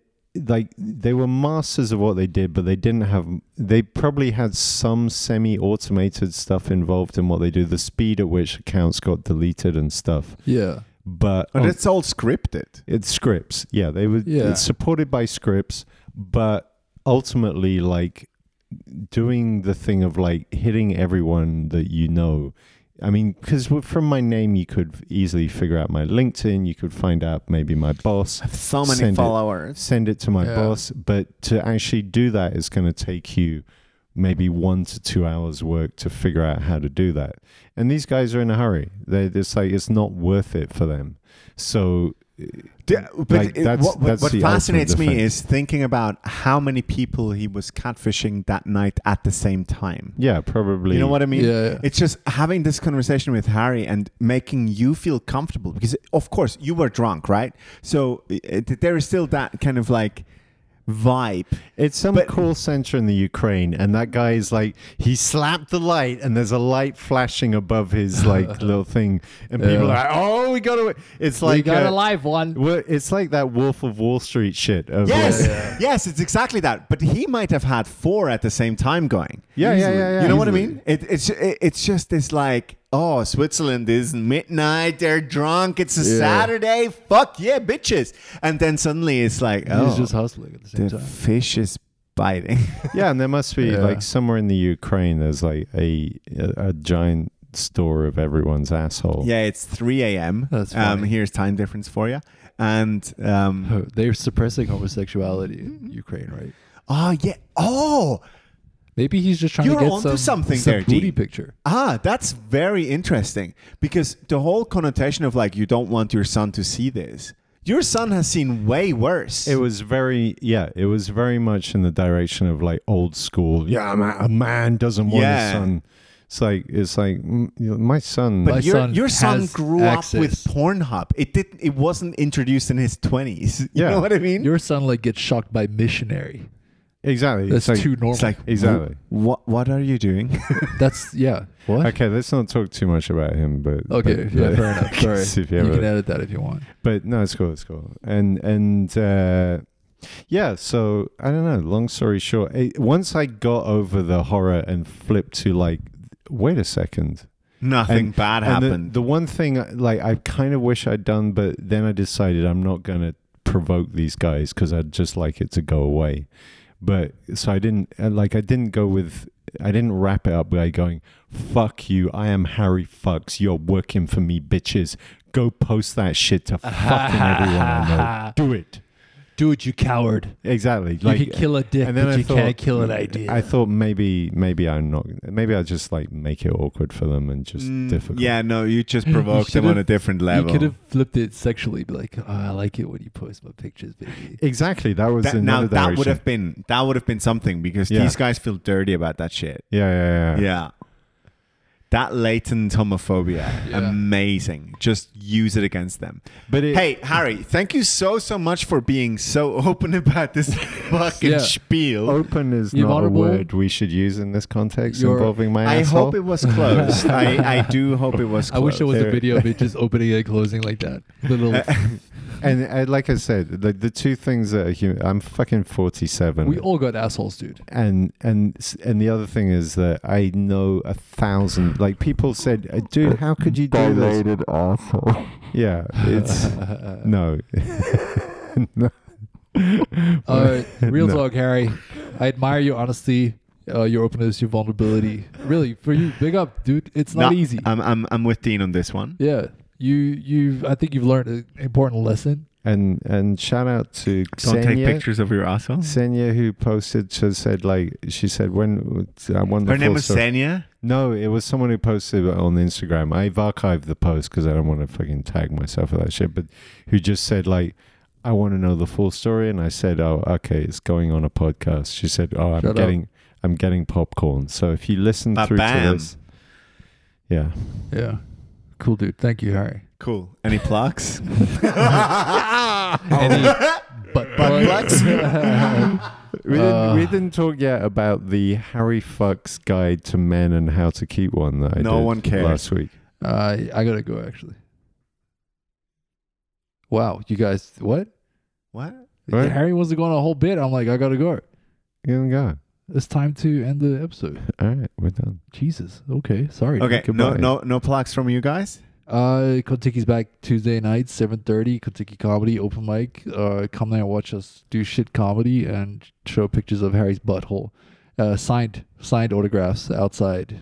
A: like they were masters of what they did, but they didn't have they probably had some semi automated stuff involved in what they do. The speed at which accounts got deleted and stuff,
C: Yeah,
A: but oh,
D: But it's all scripted.
A: it's scripts. Yeah, they were
C: Yeah.
A: it's supported by scripts, but ultimately like doing the thing of like hitting everyone that you know. I mean, because from my name, you could easily figure out my LinkedIn. You could find out maybe my boss,
D: So many
A: Send it.
D: followers.
A: send it to my
C: Yeah.
A: boss. But to actually do that is going to take you maybe one to two hours work to figure out how to do that. And these guys are in a hurry. They're just like, it's not worth it for them. So
D: D- but
A: Like,
D: it-
A: that's-
D: what, what-
A: that's
D: what
A: the
D: fascinates
A: ultimate
D: me
A: defense.
D: is thinking about how many people he was catfishing that night at the same time.
A: yeah, probably.
D: You know what I mean?
C: Yeah, yeah.
D: It's just having this conversation with Harry and making you feel comfortable because, of course, you were drunk, right? So it, there is still that kind of like vibe.
A: It's some
D: But-
A: call center in the Ukraine, and that guy is like, he slapped the light, and there's a light flashing above his like little thing, and people are
C: Yeah.
A: like, "Oh, we got to!" It's like uh,
E: live one.
A: wo- It's like that Wolf of Wall Street shit. Of
D: Yes,
A: like-
D: yes, it's exactly that. But he might have had four at the same time going.
A: yeah, yeah, yeah, yeah.
D: you know what I
A: Easily.
D: mean? It, it's it, it's just this like, oh, Switzerland is midnight. They're drunk. It's a
C: Yeah.
D: Saturday. Fuck yeah, bitches. And then suddenly it's like, oh,
C: he's just hustling at the same
D: the
C: time.
D: fish is biting.
A: Yeah, and there must be
C: Yeah.
A: like somewhere in the Ukraine, there's like a a, a giant store of everyone's asshole.
D: yeah, it's three a.m.
C: That's
D: um,
C: funny.
D: here's time difference for you. And um,
C: Oh, They're suppressing homosexuality in Ukraine, right?
D: oh yeah, oh
C: Maybe he's just trying
D: You're
C: to get
D: onto
C: some,
D: something
C: some
D: there,
C: booty
D: Dean.
C: picture.
D: Ah, that's very interesting because the whole connotation of like you don't want your son to see this. Your son has seen way worse.
A: It was very, yeah, it was very much in the direction of like old school. Yeah, a man, a man doesn't want
D: Yeah.
A: his son. It's like it's like mm, you know, my son.
D: but
C: My
D: your
C: son
D: your son
C: has
D: grew up with
C: access.
D: Pornhub. It didn't. It wasn't introduced in his twenties. You
A: Yeah.
D: know what I mean?
C: Your son like gets shocked by missionary.
A: exactly.
C: That's
A: it's like,
C: too normal.
D: it's like
A: Exactly.
D: What What are you doing?
C: That's yeah. What?
A: Okay, let's not talk too much about him, but
C: Okay,
A: but-
C: yeah,
A: but-
C: fair enough. Sorry,
A: if you
C: you,
A: ever-
C: can edit that if you want.
A: but no, it's cool, it's cool, and and uh, yeah. So I don't know. Long story short, it, once I got over the horror and flipped to like, wait a second,
D: Nothing
A: and
D: bad
A: the-
D: happened.
A: The, one thing, uh, like, I kind of wish I'd done, but then I decided I'm not going to provoke these guys because I'd just like it to go away. But so I didn't, uh, like, I didn't go with, I didn't wrap it up by going, fuck you, I am Harry Fucks, you're working for me, bitches. Go post that shit to fucking everyone I know. Do it.
E: Do it, you coward.
A: Exactly.
E: you can kill a dick,
A: and
E: but
A: then I
E: you
A: thought-
E: can't kill an idea.
A: I thought maybe, maybe I'm not, maybe I'll just like make it awkward for them and just
D: Mm,
A: difficult.
D: Yeah, no, you just provoked him on a
C: should've-
D: different
C: You
D: level.
C: could have flipped it sexually, be like, oh, I like it when you post my pictures, baby.
A: Exactly. That was
D: That- now
A: another
D: that would
A: direction.
D: have been that would have been something because
A: Yeah.
D: these guys feel dirty about that shit.
A: Yeah, yeah, yeah.
D: Yeah. That latent homophobia,
C: Yeah.
D: amazing. Just use it against them.
A: But it,
D: Hey, Harry, thank you so, so much for being so open about this fucking
C: Yeah. Oh,
D: spiel.
A: open is
C: You're
A: not
C: vulnerable.
A: a word we should use in this context
C: You're-
A: involving my
D: I
A: asshole.
D: hope it was close. I, I do hope it was
C: I
D: close.
C: wish there was a
A: There-
C: video of it just opening and closing like that. Little,
A: and uh, like I said, the, the two things that are human. I'm fucking 47.
C: we all got assholes, dude.
A: and and s- and the other thing is that I know a thousand like people said, uh, dude, how could you do this?
B: asshole.
A: Yeah, it's no, no.
C: All right, real
A: No.
C: talk, Harry. I admire your honesty, uh, your openness, your vulnerability. Really, for you, big up, dude. It's not
D: No,
C: easy.
D: I'm, I'm, I'm with Dean on this one.
C: yeah, you, you. I think you've learned an important lesson.
A: And and shout out to
D: Don't take
A: Xenia,
D: pictures of your asshole.
A: Xenia who posted. She said like she said when uh, I won the
D: Her name
A: full
D: was
A: story-
D: Senya.
A: No, it was someone who posted it on Instagram. I've archived the post because I don't want to fucking tag myself with that shit. But who just said like, "I want to know the full story," and I said, "Oh, okay, it's going on a podcast." She said, "Oh, I'm
C: Shut up.
A: getting, I'm getting popcorn." So if you listen through to
D: Ba-bam.
A: this, yeah,
C: Yeah, cool, dude. Thank you, Harry.
D: Cool. Any plugs?
C: Any butt plugs?
A: we didn't,
C: Uh.
A: we didn't talk yet about the Harry fucks guide to men and how to keep one that I
D: No
A: did
D: one cares.
A: last week.
C: Uh, I gotta go actually. Wow, you guys, what?
D: what?
A: Right.
C: Harry wants to go on a whole bit. I'm like, I gotta go.
A: You don't go.
C: It's time to end the episode.
A: All right, we're done.
C: Jesus. Okay. Sorry.
D: Okay, no,
A: Goodbye.
D: no, no plugs from you guys.
C: Uh, Kontiki's back Tuesday night, seven thirty. Kontiki comedy open mic. Uh, come there and watch us do shit comedy and show pictures of Harry's butthole. Uh, signed signed autographs outside.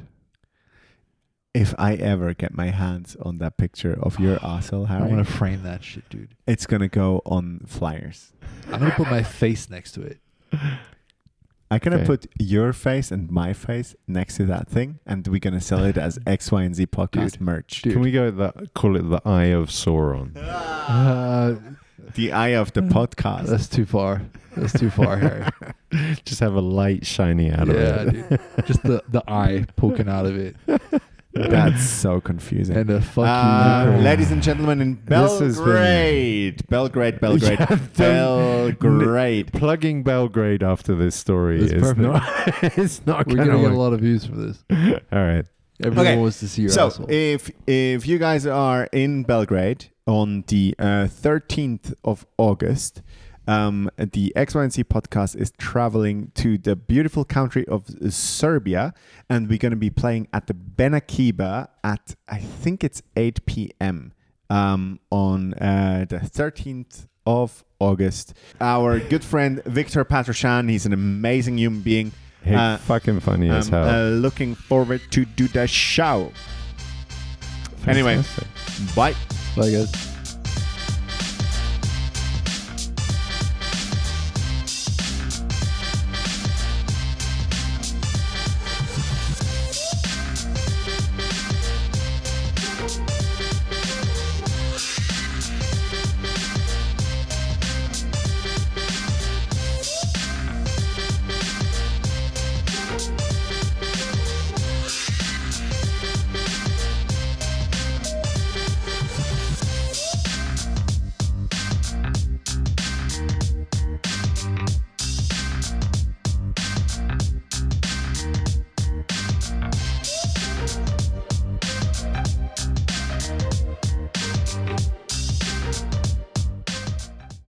D: If I ever get my hands on that picture of your asshole,
C: I
D: Harry,
C: want to frame that shit, dude.
D: it's gonna go on flyers.
C: I'm gonna put my face next to it.
D: I'm gonna
A: Okay.
D: put your face and my face next to that thing, and we're gonna sell it as X, Y, and Z podcast merch.
C: Dude.
A: Can we go the call it the Eye of Sauron?
C: Uh,
D: The eye of the podcast.
C: that's too far. That's too far, Harry.
A: Just have a light shining out
C: yeah,
A: of it.
C: dude. Just the, the eye poking out of it.
D: That's so confusing.
C: And a fuck
D: Uh,
C: you. Ukraine.
D: ladies and gentlemen, in
A: This has been-
D: Belgrade, Belgrade, Belgrade, Belgrade.
A: Plugging Belgrade after this story
C: That's
A: is
C: perfect.
A: not. it's not
C: We're
A: going to
C: gonna get a
A: work.
C: lot of views for this.
A: All right.
C: Everyone
D: Okay,
C: wants to see your
D: So,
C: asshole.
D: if if you guys are in Belgrade on the uh, thirteenth of August, um, the X Y and C podcast is traveling to the beautiful country of Serbia, and we're going to be playing at the Benakiba at I think it's eight p.m. Um, on uh, the thirteenth of August. Our good friend Victor Patrushan, he's an amazing human being.
A: Hey,
D: Uh,
A: fucking funny as
C: um,
D: I'm
A: hell.
D: uh, looking forward to do the show. Anyway,
A: Fantastic.
D: bye.
C: Bye guys.